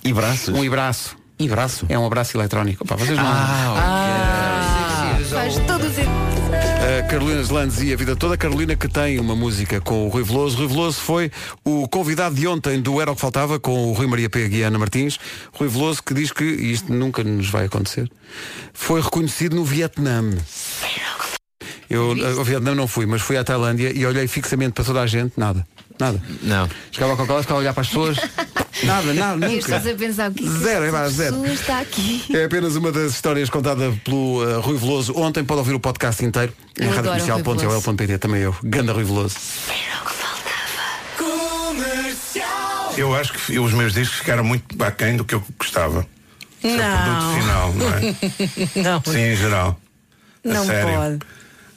P: E braços?
B: Um e braço.
A: E braço?
B: É um abraço eletrónico. Opa, vocês não...
P: Ah,
D: Faz todo o sentido.
B: A Carolina Zelandes e a vida toda. Carolina que tem uma música com o Rui Veloso. Rui Veloso foi o convidado de ontem do Era o que Faltava com o Rui Maria Pega e a Ana Martins. Rui Veloso que diz que, e isto nunca nos vai acontecer, foi reconhecido no Vietnã. Eu eh, ao Vietnã não fui, mas fui à Tailândia e olhei fixamente para toda a gente, nada. Nada.
A: Não.
B: Chegava com a cola, ficava a olhar para as pessoas. Nada, nada,
D: E as
B: nunca.
D: pessoas a pensar o que é que
B: Zero, é
D: esta
B: pá, zero.
D: pessoa está aqui.
B: É apenas uma das histórias contada pelo uh, Rui Veloso. Ontem pode ouvir o podcast inteiro em
D: Eu adoro o Rui Veloso.
B: radiocomercial.ol.pt também eu. Ganda Rui Veloso.
T: Eu acho que os meus discos ficaram muito aquém do que eu gostava. é um
U: Não.
T: Produto final, não é?
U: não.
T: Sim, em geral.
U: Não
T: sério.
U: pode.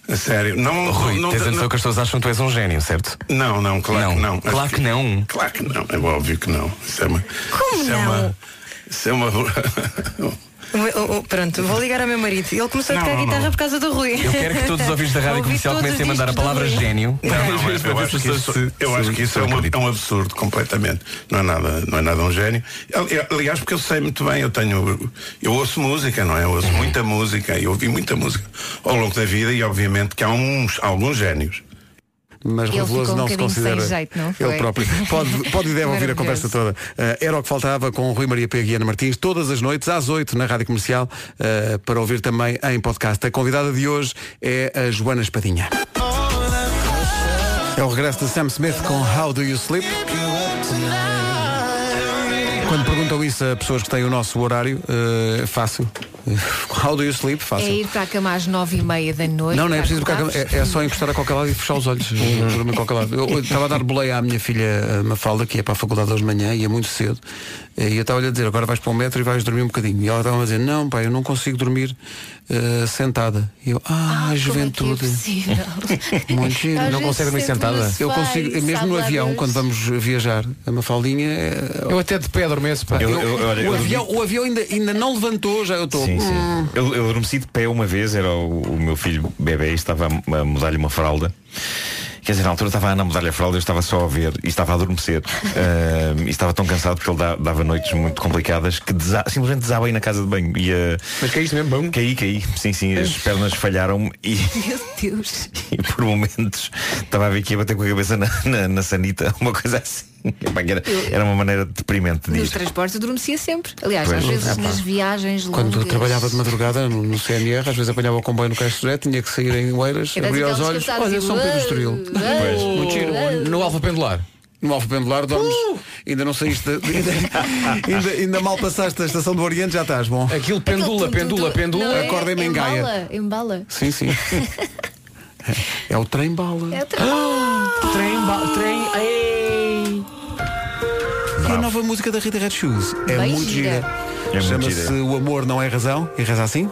T: A sério. Não,
V: Rui,
T: não,
V: tens a
T: não,
V: noção que as pessoas acham que tu és um gênio, certo?
T: não, não, claro que não.
V: Claro que não.
T: Claro que não. É óbvio que não. Isso é uma.
U: Como
T: isso É
U: não?
T: uma, isso é uma.
U: O meu- o- o- pronto, vou ligar ao meu marido. Ele começou a
T: Não,
U: tocar
T: não,
U: guitarra
T: não.
U: por causa do Rui.
V: Eu quero que todos os ouvintes da rádio
U: Ouvi
V: comercial
U: todos
V: comecem a
U: os
V: mandar a
U: discos do
V: palavra
U: Rui.
V: gênio.
T: Não, não,
V: Para
T: eu
V: ver
T: acho
V: se
T: que
V: as
T: isso,
V: pessoas se-
T: eu acho
V: se-
T: que isso
V: se
T: é, uma-
V: acreditam.
T: é um absurdo completamente. Não é nada, não é nada um gênio. Ali- Aliás, porque eu sei muito bem, eu tenho, eu ouço música, não é? Eu ouço muita música, eu ouvi muita música ao longo da vida e obviamente que há uns, alguns génios.
B: Mas
U: Ele
B: Rui Veloso
U: ficou um
B: não se
U: bocadinho
B: considera
U: sem jeito, não foi?
B: ele próprio. Pode, pode e deve ouvir a
U: Maravilhoso.
B: conversa toda. Uh, era o que faltava com o Rui Maria Pega e Ana Martins todas as noites às 8 na Rádio Comercial uh, para ouvir também em podcast. A convidada de hoje é a Joana Espadinha. É o regresso de Sam Smith com How Do You Sleep? Quando perguntam isso a pessoas que têm o nosso horário, eh, é fácil. How do you sleep? Fácil.
D: É ir para a cama às nove e meia da noite.
B: Não, não é
D: para
B: preciso tocar,
D: acordar-vos.
B: é, é só encostar a qualquer lado e fechar os olhos. Dormir a qualquer lado. Eu eu estava a dar boleia à minha filha a Mafalda, que ia para a faculdade hoje de manhã, ia muito cedo. eh, E eu estava-lhe a dizer, agora vais para o metro e vais dormir um bocadinho. E ela estava a dizer, não pai, eu não consigo dormir eh, sentada. E eu,
D: é
B: ah, juventude. Muito giro.
A: Às Não vezes consegue dormir sento sentada? no sofá
B: Eu
A: e
B: consigo, mesmo
A: sabe
B: no
A: lá
B: avião,
A: Deus.
B: quando vamos viajar, a Mafaldinha é...
A: Eu até de pé adormeço, pá.
P: Eu- eu- olha, eu
B: o,
P: dormi-
B: avião, o avião ainda, ainda não levantou, já eu estou. "Hum."
P: Sim, sim.
D: Ah.
P: Eu, eu adormeci de pé uma vez, era o, o meu filho bebê e estava a, a mudar-lhe uma fralda. Quer dizer, na altura estava a Ana a mudar-lhe a fralda, eu estava só a ver e estava a adormecer. Ahm, e estava tão cansado porque ele da- dava noites muito complicadas que desa- simplesmente desabei na casa de banho. E, Mas caíste mesmo, bom? Caí, caí. Sim, sim, as pernas falharam e,
D: Meu Deus.
P: e por momentos estava a ver que ia bater com a cabeça na, na, na sanita, uma coisa assim. Epá, que Era, era uma maneira deprimente de
D: Nos
P: ir.
D: transportes eu adormecia sempre. Aliás,
P: Pois.
D: às vezes
P: Epá.
D: nas viagens longas.
B: Quando trabalhava de madrugada no, no CNR, às vezes apanhava o comboio no Castro José, tinha que sair em Oeiras,
D: E das
B: abria os
D: aquelas
B: olhos,
D: cantadas
B: olha
D: e-
B: São Pedro Estoril.
D: um Pois.
B: Muito giro.
A: No Alfa Pendular.
B: No Alfa Pendular dormes, ainda não saíste, da- Uh! ainda, ainda, ainda mal passaste da estação do Oriente, já estás bom.
A: Aquilo pendula, pendula, pendula.
D: Não é?
B: Acorda-me em Gaia.
D: Embala, embala.
B: Sim, sim. É o trem
D: Ah!
B: bala.
D: É o trem.
R: Trem, ba- trem. Ei.
B: a
P: sabe.
B: nova música da Rita Red Shoes é
P: Bem
B: muito
P: gira.
B: gira.
P: É muito
B: Chama-se
P: gira.
B: O Amor Não É Razão e reza assim.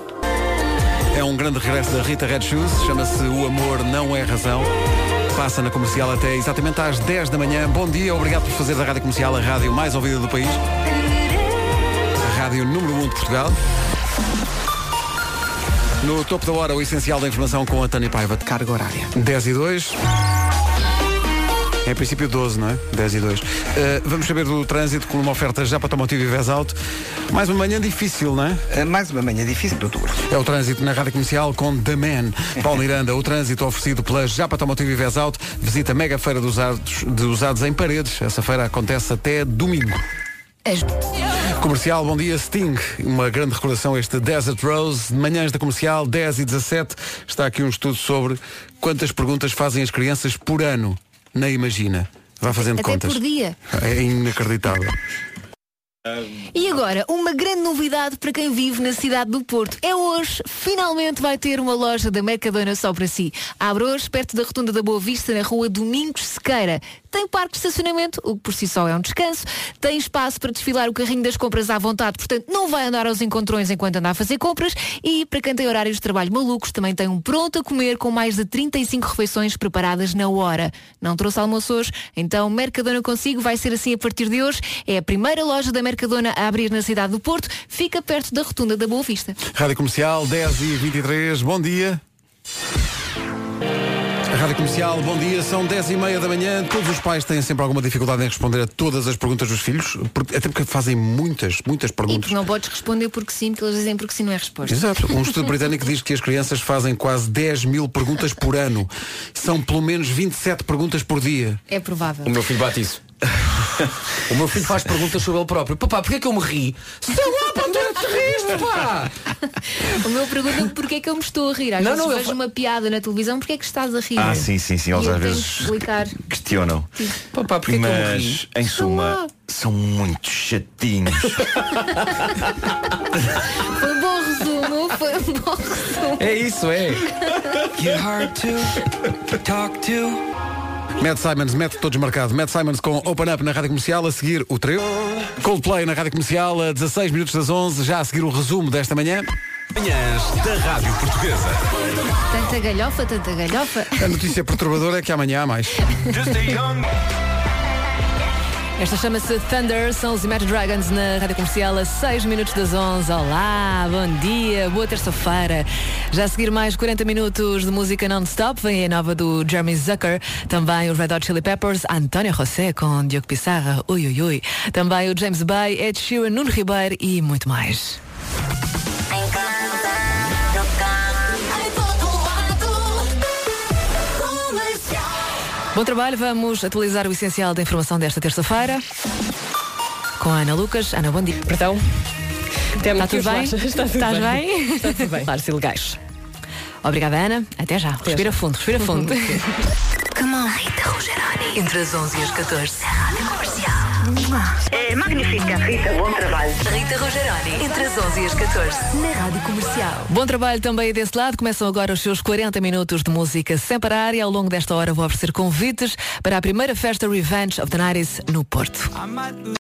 B: É um grande regresso da Rita Red Shoes, chama-se O Amor Não É Razão. Passa na comercial até exatamente às 10 da manhã. Bom dia, obrigado por fazer da Rádio Comercial a rádio mais ouvida do país. A rádio número 1 de Portugal. No topo da hora, o essencial da informação com a Tânia Paiva de carga horária. 10 e 2. É em princípio 12, não é? 10 e 2. Uh, vamos saber do trânsito com uma oferta já para Tomotivo e Vez Alto. Mais uma manhã difícil, não é?
C: Eh, mais uma manhã difícil do tour.
B: É o trânsito na Rádio Comercial com The Man. Paulo Miranda, o trânsito oferecido pela Japa Tomotivo e Vez Alto. Visita a mega feira dos usados, de usados em paredes. Essa feira acontece até domingo. Comercial, bom dia, Sting. Uma grande recordação este Desert Rose. Manhãs da Comercial, 10 e 17. Está aqui um estudo sobre quantas perguntas fazem as crianças por ano. Nem imagina. Vá fazendo
D: Até
B: contas.
D: por dia.
B: É inacreditável.
D: E agora, uma grande novidade para quem vive na cidade do Porto. É hoje, finalmente vai ter uma loja da Mercadona só para si. Abre hoje, perto da Rotunda da Boa Vista, na rua Domingos Sequeira. Tem parque de estacionamento, o que por si só é um descanso. Tem espaço para desfilar o carrinho das compras à vontade, portanto não vai andar aos encontrões enquanto andar a fazer compras. E para quem tem horários de trabalho malucos, também tem um pronto a comer com mais de 35 refeições preparadas na hora. Não trouxe almoço hoje? Então Mercadona Consigo vai ser assim a partir de hoje. É a primeira loja da Mercadona a abrir na cidade do Porto. Fica perto da Rotunda da Boa Vista.
B: Rádio Comercial, 10 e 23. Bom dia. A Rádio Comercial, bom dia, são 10 e meia da manhã. Todos os pais têm sempre alguma dificuldade em responder a todas as perguntas dos filhos, porque- até porque fazem muitas, muitas
D: E
B: perguntas.
D: tu não podes responder porque sim, porque eles dizem porque sim não é resposta.
B: Exato. Um estudo britânico diz que as crianças fazem quase 10 mil perguntas por ano. São pelo menos 27 perguntas por dia.
D: É provável.
A: O meu filho bate isso. o meu filho faz perguntas sobre ele próprio. Papá, porquê é que eu me ri? Sei lá, pá, tu é que te riste, pá!
D: O meu pergunta é porque é que eu me estou a rir. Às
P: Não,
D: vezes
P: não, eu
D: vejo uma piada na televisão, porque é que estás a rir?
P: Ah, sim, sim, sim,
D: E
P: eles
D: eu tenho
P: às vezes
D: que explicar.
P: Questionam.
A: Papá, porquê que eu me
P: Mas,
A: ri?
P: em suma, são muito chatinhos.
D: Foi um bom resumo, foi um bom resumo.
A: É isso, é.
B: Matt Simons, mete todos marcado. Matt Simons com Open Up na Rádio Comercial, a seguir o trio. Coldplay na Rádio Comercial, a 16 minutos das 11, já a seguir o resumo desta manhã.
E: Manhãs da Rádio Portuguesa.
D: Tanta galhofa, tanta galhofa.
B: A notícia perturbadora é que amanhã há mais.
H: Esta chama-se Thunder, são os Imagine Dragons na Rádio Comercial a 6 minutos das 11. Olá, bom dia, boa terça-feira. Já a seguir mais 40 minutos de música non-stop, vem a nova do Jeremy Zucker, também os Red Hot Chili Peppers, António José com Diogo Pissarra, ui ui ui, também o James Bay, Ed Sheeran, Nuno Ribeiro e muito mais. Bom trabalho, vamos atualizar o essencial da informação desta terça-feira com a Ana Lucas. Ana, bom dia. Perdão. Está
I: que
H: tudo
I: os
H: bem?
I: laços- está tudo
H: Estás
I: bem.
H: bem?
I: Está tudo bem.
H: Lares ilegais. Obrigada, Ana. Até já. respira fundo, respira fundo. Come on. Rita Rogeroni. Entre as 11 e as 14. Rádio Comercial. É magnífica. Rita, bom trabalho. Rita Rogeroni. Entre as 11 e as 14. Na Rádio Comercial. Bom trabalho também desse lado. Começam agora os seus 40 minutos de música sem parar e ao longo desta hora vou oferecer convites para a primeira festa Revenge of the Nights no Porto.